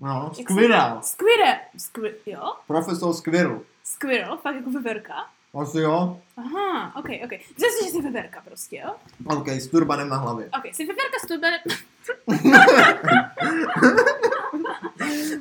B: no,
A: Jak se-
B: Squirrel.
A: Squirrel, squir, jo?
B: Profesor Squirrel.
A: Squirrel, fakt jako veverka.
B: Asi jo.
A: Aha, ok, ok. Představ si, že jsi veverka prostě, jo?
B: OK, s turbanem na hlavě.
A: Ok, jsi veverka s turbanem... jsi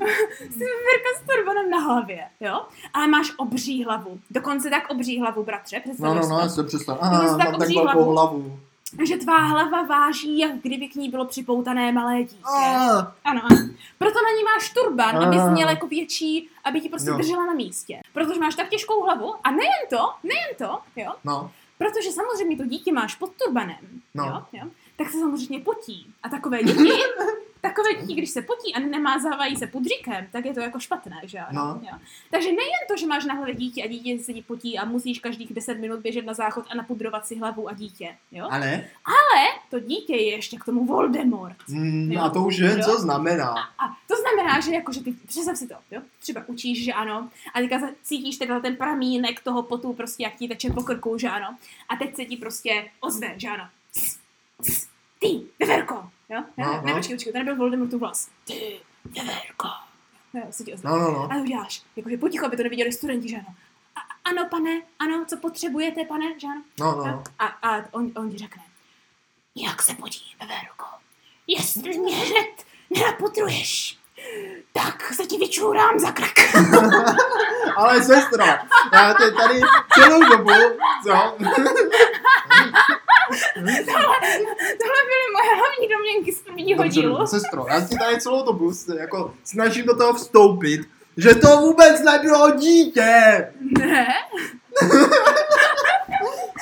A: veverka s turbanem na hlavě, jo? Ale máš obří hlavu. Dokonce tak obří hlavu, bratře.
B: No,
A: představuješ
B: no,
A: si
B: no,
A: to?
B: já se představ.
A: Měl
B: Ah,
A: jsi tak
B: mám tak
A: obří
B: velkou
A: hlavu.
B: hlavu.
A: Že tvá hlava váží, jak kdyby k ní bylo připoutané malé dítě.
B: Ah,
A: Ano, ano. Proto na ní máš turban,
B: Ah.
A: aby jsi měl jako větší, aby ti prostě
B: Jo.
A: jo. držela na místě. Protože máš tak těžkou hlavu a nejen to, nejen to, jo,
B: No,
A: protože samozřejmě to dítě máš pod turbanem,
B: No.
A: jo, jo, tak se samozřejmě potí. A takové děti, takové dítě, když se potí a nemázávají se pudříkem, tak je to jako špatné, že ano.
B: No.
A: Jo. Takže nejen to, že máš na hlavě dítě a dítě se ti potí a musíš každých 10 minut běžet na záchod a napudrovat si hlavu a dítě, jo,
B: ale?
A: ale to dítě je ještě k tomu Voldemort.
B: Mm,
A: Jo.
B: a to už jen
A: Jo.
B: co znamená.
A: A to znamená, že jako, že ty představ si to, jo? třeba učíš, že ano, a teďka za- cítíš teda ten pramínek toho potu, prostě jak ti teče po krku, že ano, a teď se ti prostě ozve, že ano, Cs, cs, ty, veverko, jo, ne,
B: No, no.
A: ne, počkej, počkej, to nebyl Voldemortův hlas, ty, veverko, jo, se ti ozve.
B: No, no, no.
A: A to uděláš, jakože potichu, aby to neviděli studenti, že ano. A, a- ano, pane, ano, co potřebujete, pane, že ano.
B: No, no.
A: A, a on, on ti řekne, jak se podívej, Verko, jestli mě hned nenaputruješ, tak se ti vyčůrám za krak.
B: Ale sestro, já tě tady celou dobu, co?
A: Tohle byly moje hlavní domněnky z prvního
B: Dobře,
A: dílu.
B: dobře, sestro, já si tady celou dobu se jako snažím do toho vstoupit, že to vůbec nebylo dítě.
A: Ne,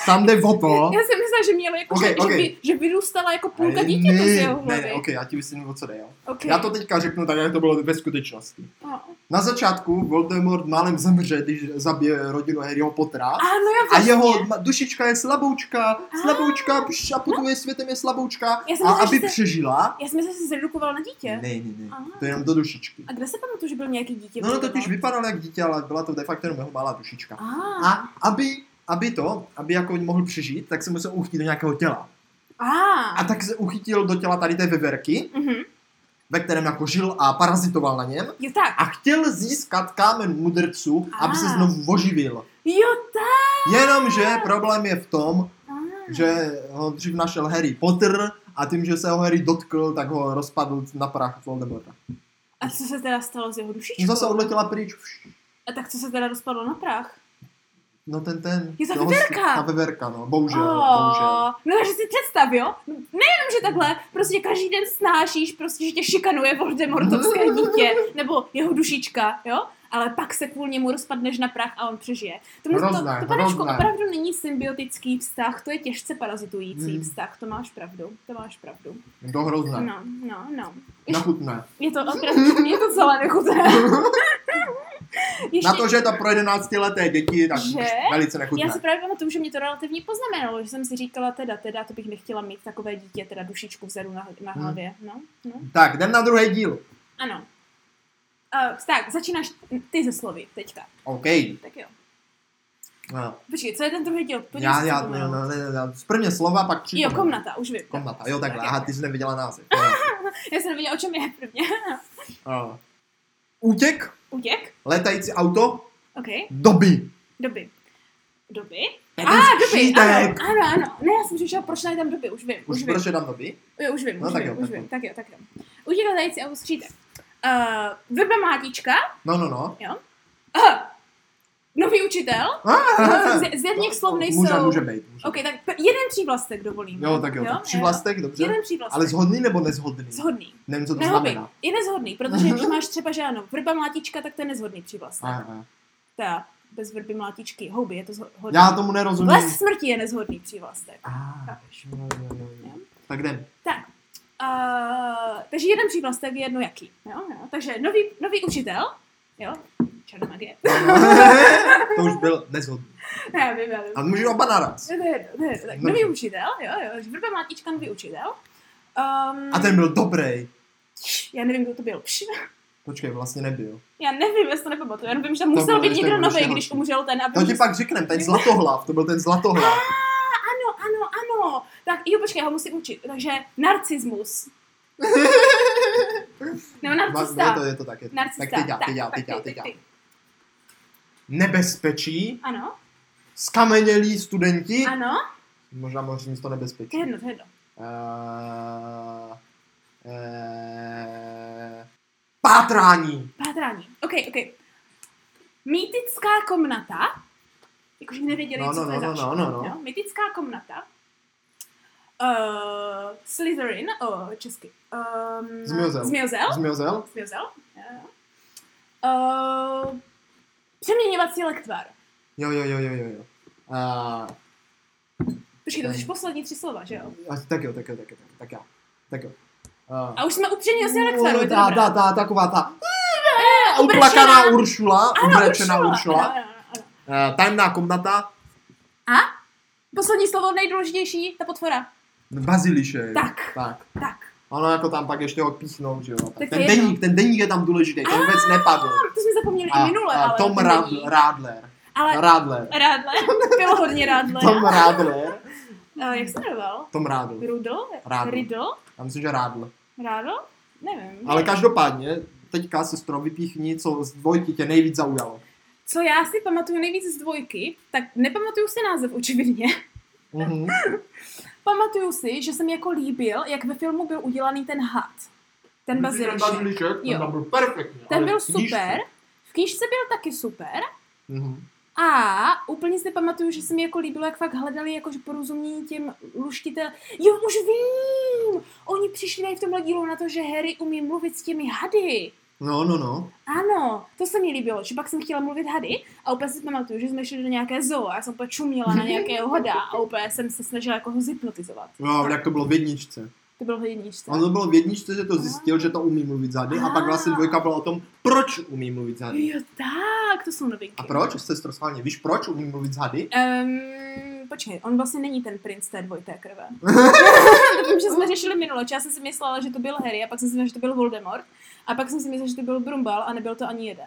B: Tam jde vopo.
A: já jsem myslela, že měla jako,
B: Okej,
A: že, že,
B: okej.
A: vy, že vyrůstala jako půlka
B: Ale
A: dítěte
B: No. ne,
A: z jeho
B: Ne,
A: hlavy.
B: ne, ok, já ti vysvětlím, o co jde, jo.
A: okay.
B: Já to teďka řeknu tak, jak to bylo ve skutečnosti.
A: no.
B: Na začátku Voldemort málem zemře, když zabije rodinu Harryho Pottera.
A: Ano, já
B: A
A: vlastně-
B: jeho ma- dušička je slaboučka, slaboučka, šaputuje světem je slaboučka.
A: Já jsem
B: A
A: myslela, že
B: aby
A: jste-
B: přežila...
A: Já jsem myslela, že jsi zredukoval na
B: Ne,
A: dítě.
B: ne, ne.
A: Aha.
B: To je jenom do dušičky.
A: A kde se pamatuju, že byl nějaký dítě?
B: No, no totiž vypadala jak dítě, ale byla to de facto jenom jeho malá dušička.
A: A,
B: A aby, aby to, aby jako mohl přežít, tak se musel uchytit do nějakého těla.
A: a.
B: A tak se uchytil do těla tady té veverky,
A: Mhm.
B: ve kterém jako žil a parazitoval na něm.
A: Jo tak,
B: A chtěl získat kámen mudrců, aby se
A: Ah.
B: znovu oživil.
A: jo tak.
B: Jenomže problém je v tom,
A: A.
B: že ho dřív našel Harry Potter a tím, že se ho Harry dotkl, tak ho rozpadl na prach Voldemorta.
A: A co se teda stalo s jeho dušičkou?
B: No zase odletěla pryč.
A: A tak co se teda rozpadlo na prach?
B: No ten, ten.
A: Je to
B: toho-
A: veverka.
B: Ta veverka, no. Bohužel, bohužel.
A: Oh, no takže si představ, jo? Nejenom, že takhle, prostě každý den snášíš, prostě, že tě šikanuje Voldemortovské dítě, nebo jeho dušička, jo? Ale pak se kvůli němu rozpadneš na prach a on přežije. To, mě-
B: Hrozné,
A: to, to panečko,
B: hrozné.
A: opravdu není symbiotický vztah, to je těžce parazitující
B: Hmm.
A: vztah, to máš pravdu, to máš pravdu.
B: Je To hrozné. No.
A: No, no, no.
B: Nechutné.
A: Je to opravdu, mě to celé nechutné. Ještě-
B: Na to, že je to pro 11 leté děti, tak
A: Že?
B: velice nechutné.
A: Já si právě pamatuju, že mě to relativně poznamenalo, že jsem si říkala, teda, teda, to bych nechtěla mít takové dítě, teda dušičku vzadu na, na
B: Hmm.
A: hlavě. No, no,
B: Tak, jdem na druhý díl.
A: ano. Uh, tak, začínáš ty ze slovy teďka.
B: OK.
A: Tak jo.
B: No.
A: Počkej, co je ten druhý díl? Podívej
B: Já,
A: se, co
B: já,
A: to
B: ne,
A: jmenuje.
B: ne, ne, ne, prvně slova, pak
A: Jo,
B: přítomné.
A: komnata, už vím.
B: Komnata, jo, takhle.
A: Tak
B: Aha, ty jsi neviděla název.
A: Já jsem nevěděla, o čem je prvně.
B: No. Útěk,
A: Utěk?
B: letající auto,
A: OK.
B: doby.
A: Doby. Doby?
B: Ten
A: A, ah, doby, ano,
B: šítek.
A: ano, ano. Ne, já jsem řešila, proč je tam doby, už vím, už,
B: Už
A: vím.
B: proč je tam doby?
A: Jo, už vím,
B: No
A: už
B: tak
A: vím,
B: jo,
A: už
B: tak
A: vím. Tak jo, tak jo. Utíká zajíci a skřítek. Uh, vrba mátička,
B: No, no, no.
A: uh, nový učitel, Jako
B: Ah,
A: z, z jedných slov nejsou...
B: Může, může být. Může.
A: Ok, tak p- jeden přívlastek dovolím.
B: Jo, tak jo, tak přívlastek, dobře.
A: Jeden přívlastek.
B: Ale zhodný nebo nezhodný?
A: Zhodný.
B: Nevím, co to
A: Nehoby.
B: znamená.
A: Je nezhodný, protože když máš třeba žádnou vrba mlátička, tak to je nezhodný přívlastek.
B: Aha.
A: Ta bez vrby mlátičky, houby, je to zhodný.
B: Já tomu nerozumím.
A: Blesk smrti je nezhodný přívlastek.
B: Ah,
A: Chápeš?
B: jo, jo, jo, jo. no. Tak jdem.
A: Tak. Uh, takže jeden přívlastek je jedno jaký. Jo, jo. Takže nový, nový učitel, jo, černomagie.
B: to už byl nezhodný.
A: Já vím, já vím.
B: A můžu oba naraz.
A: Ne, ne, ne, tak
B: Dobře.
A: nový učitel, jo, jo, vrba mátička, nový učitel. Um,
B: A ten byl dobrý.
A: Já nevím, kdo to byl. Pš,
B: Počkej, vlastně nebyl.
A: já nevím, já si to nepamatuju. Já vím, že tam
B: To
A: musel
B: bylo
A: být
B: ještě
A: někdo
B: horší,
A: nový,
B: horší.
A: když umřel ten. A
B: To
A: vím,
B: ti
A: že-
B: pak řeknem, ten zlatohlav, to byl ten zlatohlav.
A: Ano, ano, ano. Tak jo, počkej, já ho musím učit. Takže narcismus. Nebo
B: je
A: narcista.
B: to, je to tak. Je to.
A: Narcista.
B: Tak teď já, teď já,
A: tak
B: teď já,
A: ty,
B: teď já.
A: ty, ty.
B: Nebezpečí,
A: Ano,
B: skamenělí studenti,
A: ano,
B: možná mohu říct to
A: to
B: nebezpečí.
A: je jedno, to je jedno.
B: Eh, eh, Pátrání.
A: Pátrání. OK, OK. Mýtická komnata. Jakože nevěděli,
B: No,
A: co
B: no,
A: to je
B: no,
A: za
B: no,
A: všechno,
B: no, no.
A: jo? Mýtická komnata. Uh, Slytherin, oh, česky. Um,
B: Zmiozel.
A: Zmiozel.
B: Zmiozel?
A: Zmiozel. Uh, přeměňovací lektvar.
B: Jo, jo, jo, jo, jo. jo. Eh,
A: Počkej, to
B: Ano.
A: už poslední tři slova, že jo?
B: A, tak jo, tak jo, tak jo, tak jo, tak jo. Tak jo. Uh,
A: A už jsme u přeměňovací lektvaru, je to
B: ta,
A: dobrá.
B: ta, ta, taková ta uplakaná Uršula,
A: Ano,
B: ubrečená
A: Ano,
B: Uršula,
A: ano, ano, ano.
B: Eh, tajemná komnata,
A: Poslední slovo, nejdůležitější, ta potvora.
B: bazilišej.
A: Tak,
B: Tak.
A: tak.
B: Ono jako tam pak ještě odpíchnou, že jo.
A: Tak
B: ten,
A: to je jedno.
B: deník, ten deník je tam důležitý, ten vůbec nepadl.
A: To jsme zapomněli i minule, ale
B: Tom
A: to
B: Rad,
A: není.
B: Radler.
A: Ale
B: Radler.
A: Rádle, bylo hodně Rádle.
B: Tom Radler.
A: A jak se jmenoval?
B: Tom Radl.
A: Rudl?
B: Rádl.
A: Rydl?
B: Já myslím, že Radl.
A: Rádl? Nevím.
B: Ale každopádně, teďka sestro vypíchni, co z dvojky tě nejvíc zaujalo.
A: Co já si pamatuju nejvíc z dvojky, tak nepamatuju si název očividně.
B: Mhm.
A: Pamatuju si, že jsem jako líbil, jak ve filmu byl udělaný ten had. Ten bazilišek. Jo.
B: Ten tam byl perfektně.
A: Ten
B: ale
A: byl
B: v knížce-
A: super. V knížce byl taky super.
B: Mhm.
A: A úplně si pamatuju, že se mi jako líbilo, jak fakt hledali jakože porozumění těm luštitel. Jo, už vím! Oni přišli tady v tomhle dílu na to, že Harry umí mluvit s těmi hady.
B: No, no, no.
A: Ano, to se mi líbilo, že pak jsem chtěla mluvit hady a úplně si pamatuju, že jsme šli do nějaké zoo a já jsem úplně čuměla na nějakého hada a úplně jsem se snažila jako ho zhypnotizovat.
B: Jo, jak to bylo v jedničce.
A: To bylo v jedničce.
B: Ono to bylo v jedničce, že to zjistil, že to umí mluvit zady a pak vlastně dvojka byla o tom, proč umí mluvit zady.
A: Jo, tak, to jsou novinky.
B: A proč? Sestro, schválně, víš proč umí mluvit zady?
A: Um, počkej, on vlastně není ten princ té dvojité krve. to vím, že jsme řešili minule. Já jsem si myslela, že to byl Harry, a pak jsem si myslela, že to byl Voldemort, a pak jsem si myslela, že to byl Brumbal, a nebyl to ani jeden.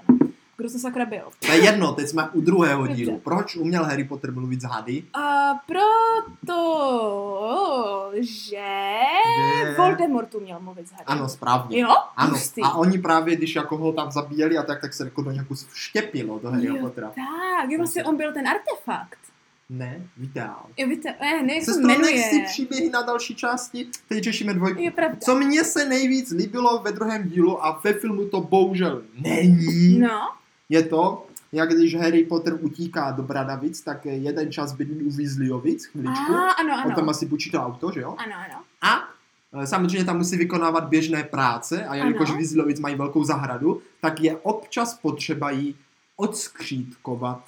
A: Kdo to sakra byl?
B: To je jedno, teď jsme u druhého
A: Dobře.
B: dílu. Proč uměl Harry Potter mluvit zady?
A: A proto, že
B: Že-
A: Voldemort uměl mluvit s Harry.
B: Ano, správně.
A: Jo?
B: Ano,
A: Hustý.
B: a oni právě, když jako ho tam zabíjeli a tak, tak se jako do něku vštěpilo do Harryho
A: Jo,
B: Pottera.
A: Tak, jo, vlastně on byl ten artefakt.
B: Ne, vydal.
A: Jo, víte, eh, ne, ne, jak se
B: Sestro, nech
A: jmenuje.
B: si příběhy na další části, teď řešíme dvojku.
A: Je pravda.
B: Co mně se nejvíc líbilo ve druhém dílu a ve filmu to bohužel není,
A: No,
B: je to, jak když Harry Potter utíká do Bradavic, tak jeden čas bydlí u Weasleyovit, chviličku.
A: a, ano,
B: On tam
A: ano.
B: asi půjčí to auto, že jo?
A: Ano, ano.
B: A e, samozřejmě tam musí vykonávat běžné práce a jelikož
A: Ano.
B: Weasleyovit mají velkou zahradu, tak je občas potřeba jí odskřítkovat.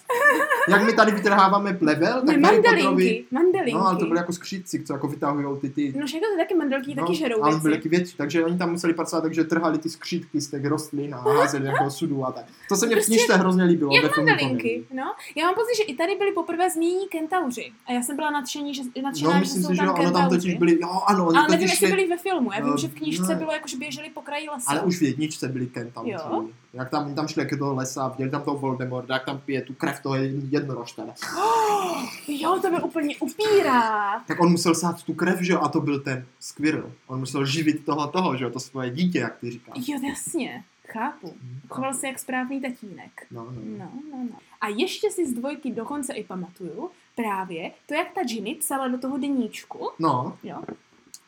B: Jak my tady vytrháváme plevel,
A: Ne,
B: tak Harry Potterovi...
A: mandelinky, mandelinky.
B: No, ale to byly jako skřítci, co jako vytahují ty ty...
A: No, však to taky mandelky, taky žerou
B: No, ale byly
A: věci.
B: taky větší, takže oni tam museli pracovat, takže trhali ty skřítky z těch rostlin a házeli jako sudu a tak. To se mně v
A: Prostě
B: knižce hrozně líbilo. ve
A: Jak
B: filmu to
A: mandelinky,
B: není.
A: no. Já mám pocit, že i tady byli poprvé zmínění kentauři. A já jsem byla nadšení, že, nadšená,
B: No,
A: že
B: myslím
A: jsou
B: si, že
A: tam
B: jo, ono tam totiž
A: kentauři.
B: byli, jo, ano, oni
A: Ale nevím,
B: totiž
A: jestli
B: šli-
A: byli ve filmu. Já
B: No,
A: vím, že v knižce
B: ne.
A: bylo jako, že běželi po kraji lesa.
B: Ale už v jedničce byli kentauři.
A: Jo.
B: Jak tam, tam šli jako do lesa, viděli tam toho Voldemorta, jak tam pije tu krev toho jednorožce.
A: Oh, jo, to byl úplně upírá.
B: Tak on musel sát tu krev, že jo, a to byl ten Squirrel. On musel živit toho toho, že jo, to svoje dítě, jak ty říkáš.
A: Jo, jasně, chápu. Choval se jak správný tatínek.
B: No, no.
A: No, no, no. A ještě si z dvojky dokonce i pamatuju právě to, jak ta Ginny psala do toho deníčku,
B: No,
A: jo,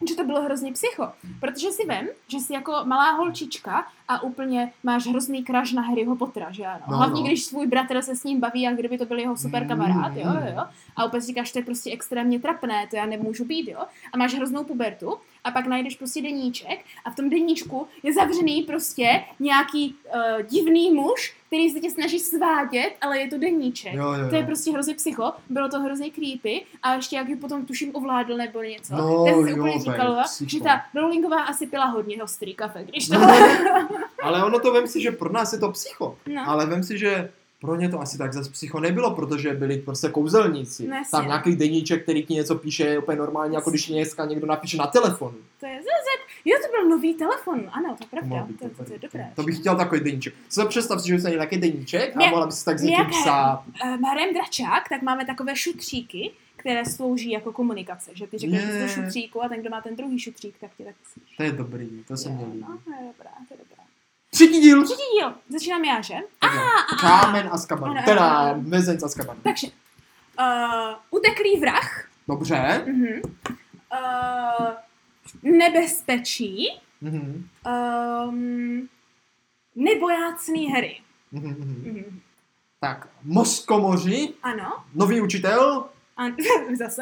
A: že to bylo hrozně psycho. Protože si vem, že jsi jako malá holčička a úplně máš hrozný kraž na Harryho Pottera, že ano?
B: No,
A: Hlavně
B: no.
A: když svůj bratr se s ním baví, jak kdyby to byl jeho super kamarád, jo,
B: Mm.
A: jo, jo. A úplně si říkáš, to je prostě extrémně trapné, to já nemůžu být, jo. A máš hroznou pubertu a pak najdeš prostě deníček a v tom deníčku je zavřený prostě nějaký uh, divný muž, který se tě snaží svádět, ale je to deníček.
B: jo, jo.
A: To je prostě hrozně psycho, bylo to hrozně creepy a ještě jak ji potom tuším ovládl nebo něco.
B: No,
A: tak si
B: jo,
A: úplně
B: babe,
A: říkala,
B: psycho.
A: že ta Rowlingová asi pila hodně ostrý kafe, když to...
B: No, ale ono to vem si, že pro nás je to psycho.
A: No.
B: Ale vem si, že pro ně to asi tak zase psycho nebylo, protože byli prostě kouzelníci.
A: No, jasně.
B: Tam nějaký deníček, který ti něco píše, je úplně normální, jako když ti dneska někdo napíše na telefonu.
A: To je ZZ. Jo, to byl nový telefon, ano, to je
B: To mohlo
A: pravda,
B: být
A: to, to, to je dobré.
B: To bych chtěl takový deníček. Co představ si, že jsem měl nějaký deníček
A: Ne-
B: a mohla bys si tak s někým
A: nějaké-
B: psát.
A: Eh, Marem Dračák, tak máme takové šutříky, které slouží jako komunikace, že ty řekneš
B: Je.
A: yeah. šutříku a ten, kdo má ten druhý šutřík, tak ti tak myslíš.
B: To je dobrý, to se
A: Jo,
B: mě líbí.
A: No, to je dobrá, to je dobrá.
B: Třetí díl.
A: Třetí díl, začínám já, že?
B: Tak jo. Kámen a
A: Ano,
B: skaban.
A: ano,
B: Teda
A: ano.
B: vězeň a skaban.
A: Takže, uh, uteklý vrah,
B: Dobře.
A: Mhm. Uh, nebezpečí,
B: Mhm.
A: um, nebojácný hry.
B: Mhm, mhm.
A: Mhm.
B: Tak, Moskomoři,
A: Ano,
B: nový učitel.
A: a zase.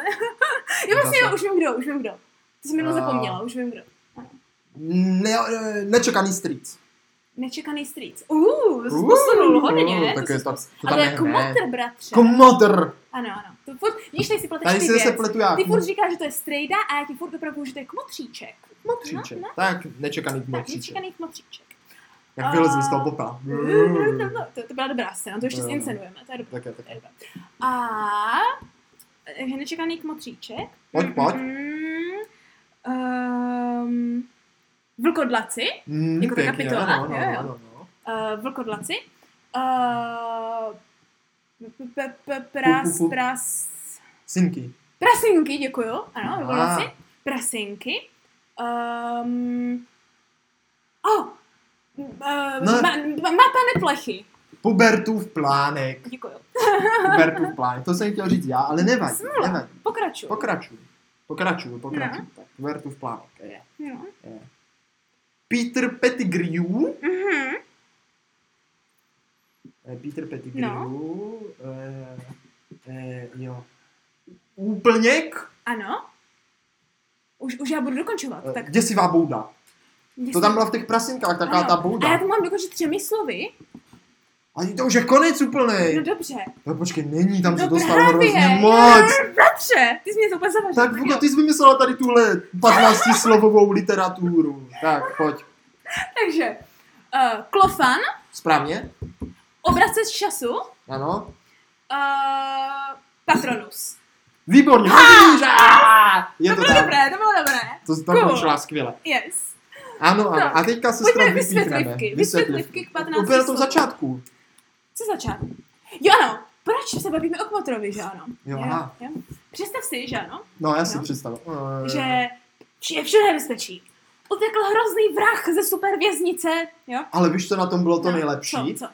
A: jo, vlastně
B: Zase.
A: jo, už vím kdo, už vím kdo. To jsem jenom
B: A-
A: zapomněla, už vím kdo.
B: Ne, eh, nečekaný street.
A: Nečekaný strýc. Uh, to jsi posunul hodně.
B: Tak
A: to
B: je
A: jsi
B: to,
A: posunul.
B: to tam
A: Ale
B: je
A: jako
B: hned.
A: motr, bratře.
B: Komodr.
A: Ano, ano. To furt, víš, tady si pleteš
B: Tady
A: ty
B: si zase
A: věc.
B: pletu já.
A: Ty furt říkáš, že to je strejda a já ti furt opravuju, že to je kmotříček.
B: Motříček.
A: No,
B: Tak, nečekaný
A: no, tak,
B: motříček.
A: nečekaný kmotříček.
B: Jak vylezli z toho
A: A-
B: popela.
A: To, to byla dobrá scéna, to ještě
B: Jo.
A: zincenujeme, to je dobré.
B: No, Tak je, tak
A: to je
B: je.
A: dobré. A eh, nečekaný kmotříček.
B: Pojď, pojď.
A: Mm, um, vlkodlaci.
B: Mm,
A: Jako ta
B: pěkně,
A: kapitola,
B: ano, ano,
A: jo, jo.
B: ano, ano.
A: Uh, vlkodlaci. Uh, p- p- p-
B: Pu, pu,
A: pras,
B: pu.
A: pras,
B: Synky.
A: prasinky, děkuju. Ano,
B: Aha.
A: vlkodlaci. Prasinky. Um, oh, Uh, no.
B: No.
A: ma, ma, mapa neplechy.
B: Pubertův plánek.
A: Děkuju.
B: Pubertův plánek. To jsem chtěl říct já, ale nevadí.
A: Smůla.
B: nevadí.
A: Pokračuj.
B: Pokračuj. Pokračuj, pokračuj. Tak, Pubertův plánek. Je.
A: no.
B: Peter Pettigrew.
A: Mhm.
B: Eh, Peter Pettigrew. No. Eh, eh, jo. Úplněk.
A: Ano. Už, už já budu dokončovat.
B: Eh,
A: Tak,
B: Děsivá bouda. To
A: jestli-
B: tam byla v těch prasinkách, taká
A: Ano.
B: ta
A: A já
B: bouda.
A: to mám dokončit třemi slovy.
B: A to už je konec úplnej.
A: No dobře.
B: No počkej, není, tam se
A: No
B: dostalo
A: právě.
B: hrozně moc.
A: Bratře, ty jsi mě to úplně zavařil.
B: Tak Vuko, ty jsi vymyslela tady tuhle 15-slovovou literaturu. Tak, pojď.
A: Takže, uh, klofan,
B: Správně?
A: obrazce z času, uh,
B: Ano.
A: patronus.
B: Výborně, vidíš? Ah! Je
A: to
B: to
A: bylo
B: tak.
A: dobré, to bylo dobré.
B: To to
A: Cool.
B: končila skvěle.
A: Yes.
B: Ano, ano.
A: Tak.
B: A teďka se
A: Pojďme
B: stran
A: vysvětlivky. Vysvětlivky k 15
B: Úplně na tom
A: slov.
B: začátku.
A: Co začát? Jo ano, proč se bavíme o kmotrovi, že ano?
B: Jo, aha.
A: jo. Představ si, že ano,
B: No, já si
A: No.
B: představu. Eh,
A: že je všude nebezpečí. Utekl hrozný vrah ze supervěznice, jo?
B: Ale víš, co na tom bylo to
A: No,
B: nejlepší?
A: Co, co?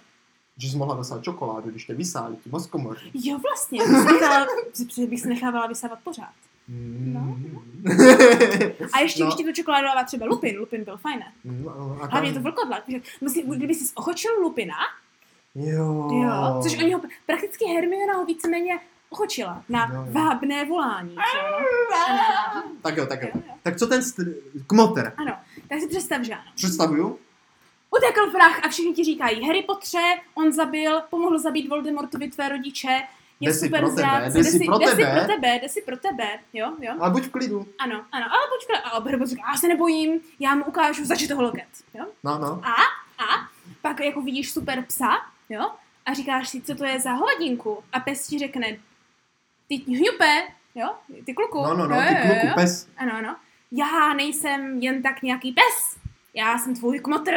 B: Že jsi mohla dostat čokoládu, když tě vysáli ti mozkomoří.
A: Jo, vlastně, já bych si nechala- protože bych se nechávala vysávat pořád.
B: Mm.
A: No. A ještě,
B: No.
A: no. když ti tu čokoládu dává třeba lupin, lupin byl fajn.
B: Mm, ano, a
A: Hlavně
B: tam-
A: to vlkodlak, protože musí- kdyby jsi ochočil lupina,
B: Jo.
A: jo, což oni ho, prakticky Hermiona ho víceméně ochočila na
B: Jo, jo.
A: vábné volání. že jo, no.
B: Tak jo, tak jo.
A: Jo, jo.
B: Tak co ten st- kmoter?
A: Tak si představ, že ano.
B: Představuju?
A: Utekl prach a všichni ti říkají, Harry Potře, on zabil, pomohl zabít Voldemortovi tvé rodiče, je
B: Jde si
A: super
B: pro tebe,
A: zrádce,
B: jde si pro
A: jde si
B: tebe.
A: pro tebe, jde si pro tebe, jo, jo.
B: Ale buď v klidu.
A: Ano, ano, ale počkej, a Harry Potter říká, já se nebojím, já mu ukážu, začít toho loket, jo.
B: No, no.
A: Pak jako vidíš super psa, jo, a říkáš si, co to je za hovadinku a pes ti řekne, ty hňupe, jo, ty kluku.
B: No, no, no,
A: jo,
B: ty
A: jo, jo,
B: kluku,
A: jo.
B: pes.
A: Ano, ano. Já nejsem jen tak nějaký pes, já jsem tvůj kmotr.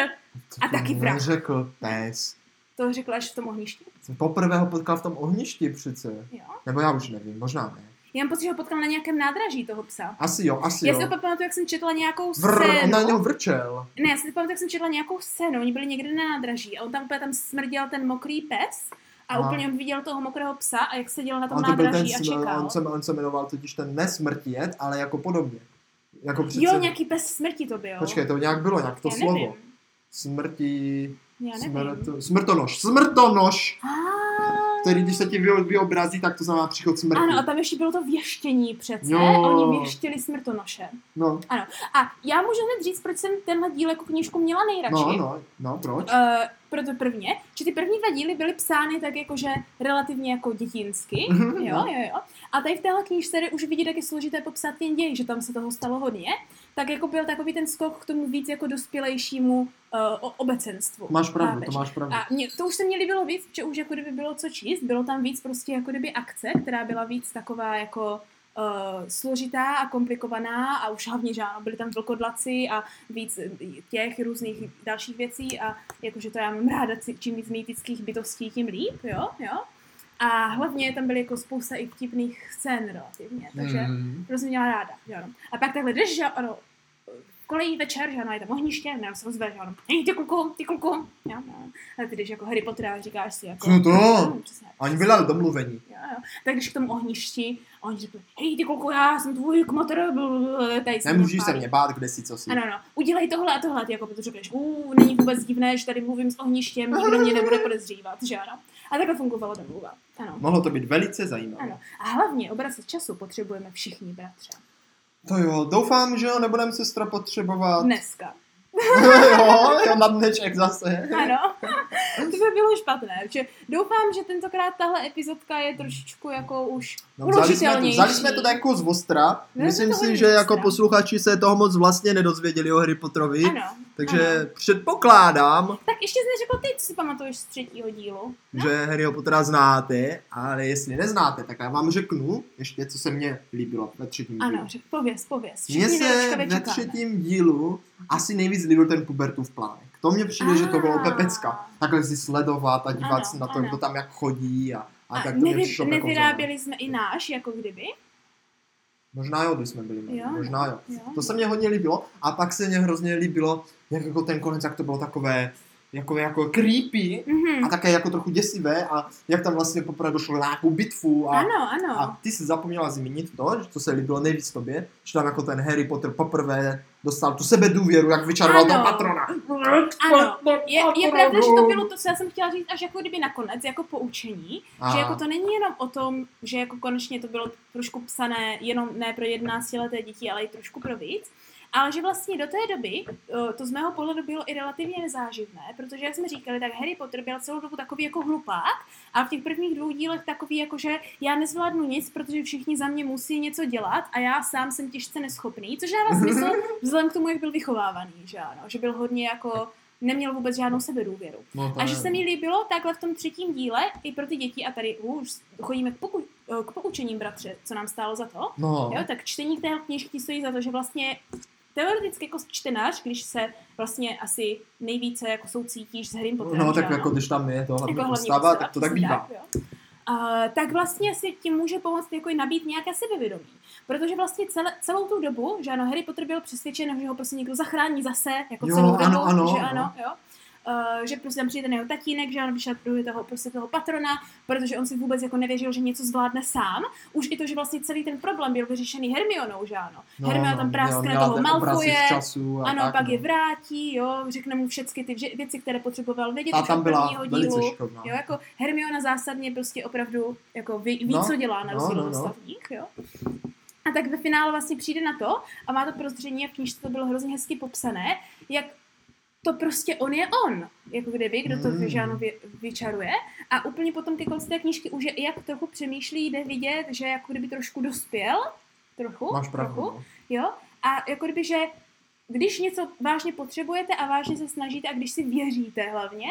B: Co
A: A taky
B: to
A: vrah.
B: Řekl pes.
A: To řekla až v tom ohništi.
B: Jsem poprvé ho potkal v tom ohništi přece.
A: Jo.
B: Nebo já už nevím, možná ne.
A: Já mám pocit, že ho potkal na nějakém nádraží toho psa.
B: Asi jo, asi
A: Já
B: jo.
A: si opět pamatuju, jak jsem četla nějakou
B: Vrr, on
A: scénu.
B: na něho vrčel.
A: Ne, já si pamatuju, jak jsem četla nějakou scénu. Oni byli někde na nádraží a on tam úplně tam smrděl ten mokrý pes a
B: Aha.
A: úplně on viděl toho mokrého psa a jak seděl na tom
B: On to byl ten,
A: nádraží a
B: smr-
A: čekal.
B: on se, on se jmenoval totiž ten nesmrtijet, ale jako podobně. Jako přece,
A: Jo, nějaký pes smrti to byl.
B: Počkej, to nějak bylo, nějak to
A: já
B: slovo.
A: Nevím.
B: Smrti,
A: Já nevím.
B: smrt, smrtonož, smrtonož,
A: A,
B: který když se ti vy- vyobrazí, tak to znamená příchod smrti.
A: ano, a tam ještě bylo to věštění přece.
B: Jo.
A: Oni věštili smrtonoše.
B: No,
A: A já můžu hned říct, proč jsem tenhle díl jako knížku měla nejradši.
B: no, no, no, proč?
A: Uh, proto prvně, že ty první dva díly byly psány tak jakože relativně jako dětinsky,
B: Mhm,
A: jo,
B: no.
A: jo, jo. A tady v téhle knížce jde už vidět, jak je složité popsat ten děj, že tam se toho stalo hodně, tak jako byl takový ten skok k tomu víc jako dospělejšímu uh, o- obecenstvu.
B: Máš pravdu,
A: Chápeš?
B: to máš pravdu.
A: A mě, to už se mně líbilo víc, že už jako kdyby bylo co číst, bylo tam víc prostě jako kdyby akce, která byla víc taková jako uh, složitá a komplikovaná a už hlavně, že ano, byly tam vlkodlaci a víc eh, těch různých dalších věcí a jakože to já mám ráda, c- čím víc mýtických bytostí, tím líp, jo, jo. A hlavně tam byly jako spousta i vtipných scén relativně, takže
B: Mm.
A: prostě měla ráda, že ano. A pak takhle jdeš, že ano, v koleji večer, že ano, je tam ohniště, ne, se ozve, že ano, hej, ty kluku, ty kluku, jo, jo. A ty jdeš jako Harry Potter a říkáš si jako...
B: Co to?
A: Jo, přesně.
B: Ani byla domluvení.
A: Jo, jo. Tak jdeš k tomu ohništi a oni řekli, hej, ty kluku, já jsem tvůj kmotr, blablabla, tady jsem
B: Nemůžeš
A: ten
B: se
A: pán."
B: mě bát, kde si, co si.
A: Ano, no, udělej tohle a tohle, ty jako protože řekneš, ú, není vůbec divné, že tady mluvím s ohništěm, nikdo mě nebude podezřívat, že ano. A takhle fungovalo domluva, ano.
B: Mohlo to být velice zajímavé.
A: Ano. A hlavně obracet času potřebujeme všichni, bratře.
B: To jo, doufám, že ho nebudeme sestra potřebovat.
A: Dneska.
B: jo, jo, na dneček zase.
A: Ano, to by bylo špatné. Že doufám, že tentokrát tahle epizodka je trošičku jako už
B: No, vzali, jsme to,
A: uložitelnější.
B: vzali jsme to tak jako z ostra.
A: Ne,
B: Myslím
A: to hodně
B: si, že jako
A: ostra.
B: posluchači se toho moc vlastně nedozvěděli o Harry Potterovi.
A: Ano.
B: takže
A: ano.
B: předpokládám,
A: Tak ještě jsi neřekl ty, co si pamatuješ z třetího dílu.
B: že Harryho Pottera znáte, ale jestli neznáte, tak já vám řeknu ještě, co se mně líbilo ve třetím dílu.
A: Ano, řek, pověz, pověz.
B: Mně
A: Všichni
B: se
A: nedočkavě
B: ve
A: čekáme.
B: třetím dílu asi nejvíc líbil ten pubertův plánek. To mně přijde, že to bylo
A: Ah.
B: úplně pecka. Takhle si sledovat a dívat
A: Ano,
B: se na to,
A: ano.
B: kdo tam jak chodí a, a,
A: A
B: tak to mě
A: nevy,
B: přišlo jako vřelé.
A: nevyráběli jsme i náš, jako kdyby.
B: Možná jo, když jsme byli mladí,
A: Jo.
B: možná jo.
A: Jo.
B: To se mně hodně líbilo a pak se mně hrozně líbilo, jak jako ten konec, jak to bylo takové jako, jako creepy
A: Mhm.
B: a také jako trochu děsivé a jak tam vlastně poprvé došlo na nějakou bitvu a,
A: Ano, ano.
B: a ty si zapomněla zmínit to, že co se líbilo nejvíc tobě, že tam jako ten Harry Potter poprvé dostal tu sebedůvěru, jak vyčaroval
A: Ano.
B: toho patrona.
A: Ano, je, je pravda, že to bylo to, co já jsem chtěla říct až jako kdyby nakonec, jako poučení,
B: A,
A: Že jako to není jenom o tom, že jako konečně to bylo trošku psané jenom ne pro 11 leté děti, ale i trošku pro víc. Ale že vlastně do té doby eh, to z mého pohledu bylo i relativně nezáživné, protože jak jsme říkali, tak Harry Potter byl celou dobu takový jako hlupák a v těch prvních dvou dílech takový jako, že já nezvládnu nic, protože všichni za mě musí něco dělat a já sám jsem těžce neschopný, což dává smysl vzhledem k tomu, jak byl vychovávaný, že ano, že byl hodně jako, neměl vůbec žádnou sebedůvěru.
B: no, to
A: A že
B: je-
A: se mi líbilo takhle v tom třetím díle i pro ty děti, a tady už chodíme k, poku, k poučením, bratře, co nám stálo za to,
B: No,
A: jo, tak čtení té knižky stojí za to, že vlastně teoreticky jako čtenář, když se vlastně asi nejvíce jako soucítíš s Harrym Potterem,
B: no
A: že
B: tak
A: ano?
B: jako když tam je to hlavně
A: hlavní
B: postava, tak to tak
A: přesně
B: bývá.
A: jo. A, tak vlastně si tím může pomoct jako i nabít nějaké sebevědomí. Protože vlastně celé, celou tu dobu, že ano, Harry Potter byl přesvědčen, že ho prostě někdo zachrání zase, jako
B: Jo,
A: celou dobu,
B: ano, ano,
A: že
B: ano.
A: ano, jo. eh, že prostě tam přijde ten jeho tatínek, že on vyšatruje toho, prostě toho patrona, protože on si vůbec jako nevěřil, že něco zvládne sám. Už i to, že vlastně celý ten problém byl vyřešený Hermionou, že ano. No, Hermiona tam práskne
B: měla
A: toho
B: ten
A: Malfoje,
B: obraz z času a
A: ano,
B: tak,
A: pak
B: no.
A: je vrátí, jo, řekne mu všechny ty vže- věci, které potřeboval vědět
B: A
A: už
B: tam
A: od
B: byla
A: prvního
B: velice
A: dílu.
B: škodná.
A: Jo, jako Hermiona zásadně prostě opravdu jako ví, ví
B: No,
A: no, co dělá na
B: no,
A: rozdíl
B: no,
A: od
B: no.
A: ostatních, jo. A tak ve finále vlastně přijde na to a má to prozření a v knižce to bylo hrozně hezky popsané, jak to prostě on je on, jako kdyby, kdo to
B: Mm.
A: mm. žáno vy, vyčaruje. A úplně potom ke konci té knižky už je, jak trochu přemýšlí, jde vidět, že jako kdyby trošku dospěl, trochu,
B: Máš
A: trochu,
B: pravdu. no.
A: Jo? A jako kdyby, že když něco vážně potřebujete a vážně se snažíte a když si věříte hlavně,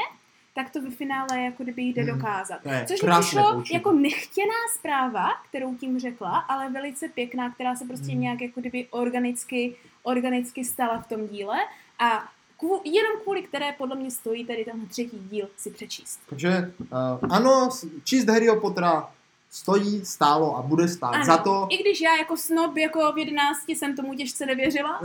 A: tak to ve finále jako kdyby jde
B: Hmm.
A: dokázat.
B: To je
A: Což mi
B: krásné
A: přišlo
B: poučení.
A: jako nechtěná zpráva, kterou tím řekla, ale velice pěkná, která se prostě
B: Hmm.
A: nějak jako kdyby organicky, organicky stala v tom díle a kvů, jenom kvůli které podle mě stojí tady ten třetí díl si přečíst.
B: Takže uh, ano, s- číst Harryho Pottera stojí, stálo a bude stát
A: Ano,
B: za to.
A: I když já jako snob jako v 11 jsem tomu těžce nevěřila.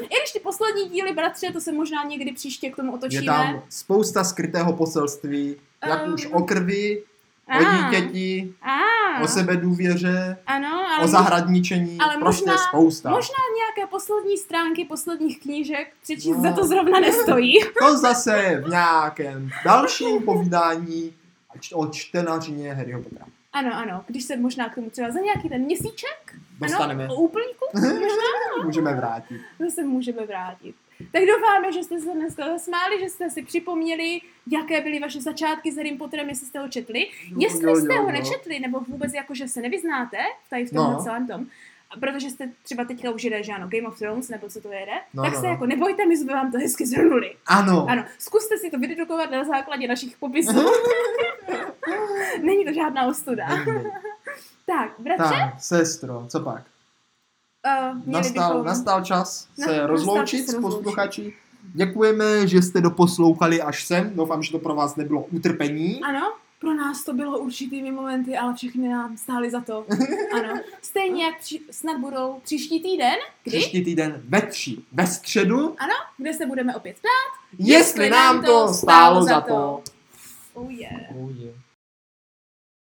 A: I když ty poslední díly, bratře, to se možná někdy příště k tomu
B: Je
A: otočíme.
B: tam spousta skrytého poselství, jak
A: Um,
B: už o krvi,
A: A,
B: o dítěti,
A: A,
B: o sebe důvěře,
A: Ano, ale
B: o zahradničení,
A: ale
B: prostě
A: možná-
B: spousta.
A: možná nějaké poslední stránky posledních knížek přečíst
B: No.
A: za to zrovna nestojí.
B: To zase v nějakém dalším povídání č- o čtenařině Harryho Pottera.
A: Ano, ano, když se možná k tomu třeba za nějaký ten měsíček,
B: Dostaneme.
A: ano, o úplníku, možná
B: Můžeme vrátit.
A: zase můžeme vrátit. Tak doufáme, že jste se dneska zasmáli, že jste si připomněli, jaké byly vaše začátky s Harry Potterem, jestli jste ho četli.
B: No,
A: Jestli jste ho nečetli, nebo vůbec jako, že se nevyznáte tady v tomhle
B: No.
A: no. celém tom, a protože jste třeba teďka už jede, že ano, Game of Thrones, nebo co to jede, no,
B: No,
A: tak
B: no,
A: no, se
B: no.
A: jako nebojte, my jsme vám to hezky zhrnuli.
B: Ano.
A: Ano, zkuste si to vydedukovat na základě našich popisů. Není to žádná ostuda.
B: Není.
A: Tak, bratře,
B: Tak, sestro, co pak?
A: uh, měli
B: Nastal,
A: bychom...
B: nastal čas
A: Na-
B: se
A: nastal
B: rozloučit
A: čas
B: s
A: rozloučit.
B: posluchači. Děkujeme, že jste doposlouchali až sem. Doufám, že to pro vás nebylo utrpení.
A: Ano, pro nás to bylo určitými momenty, ale všechny nám stály za to. Ano, stejně jak při... snad budou příští týden, kdy?
B: Příští týden ve tři, ve středu,
A: kde se budeme opět
B: jestli nám to stálo za to.
A: Oh yeah.
B: Oh yeah.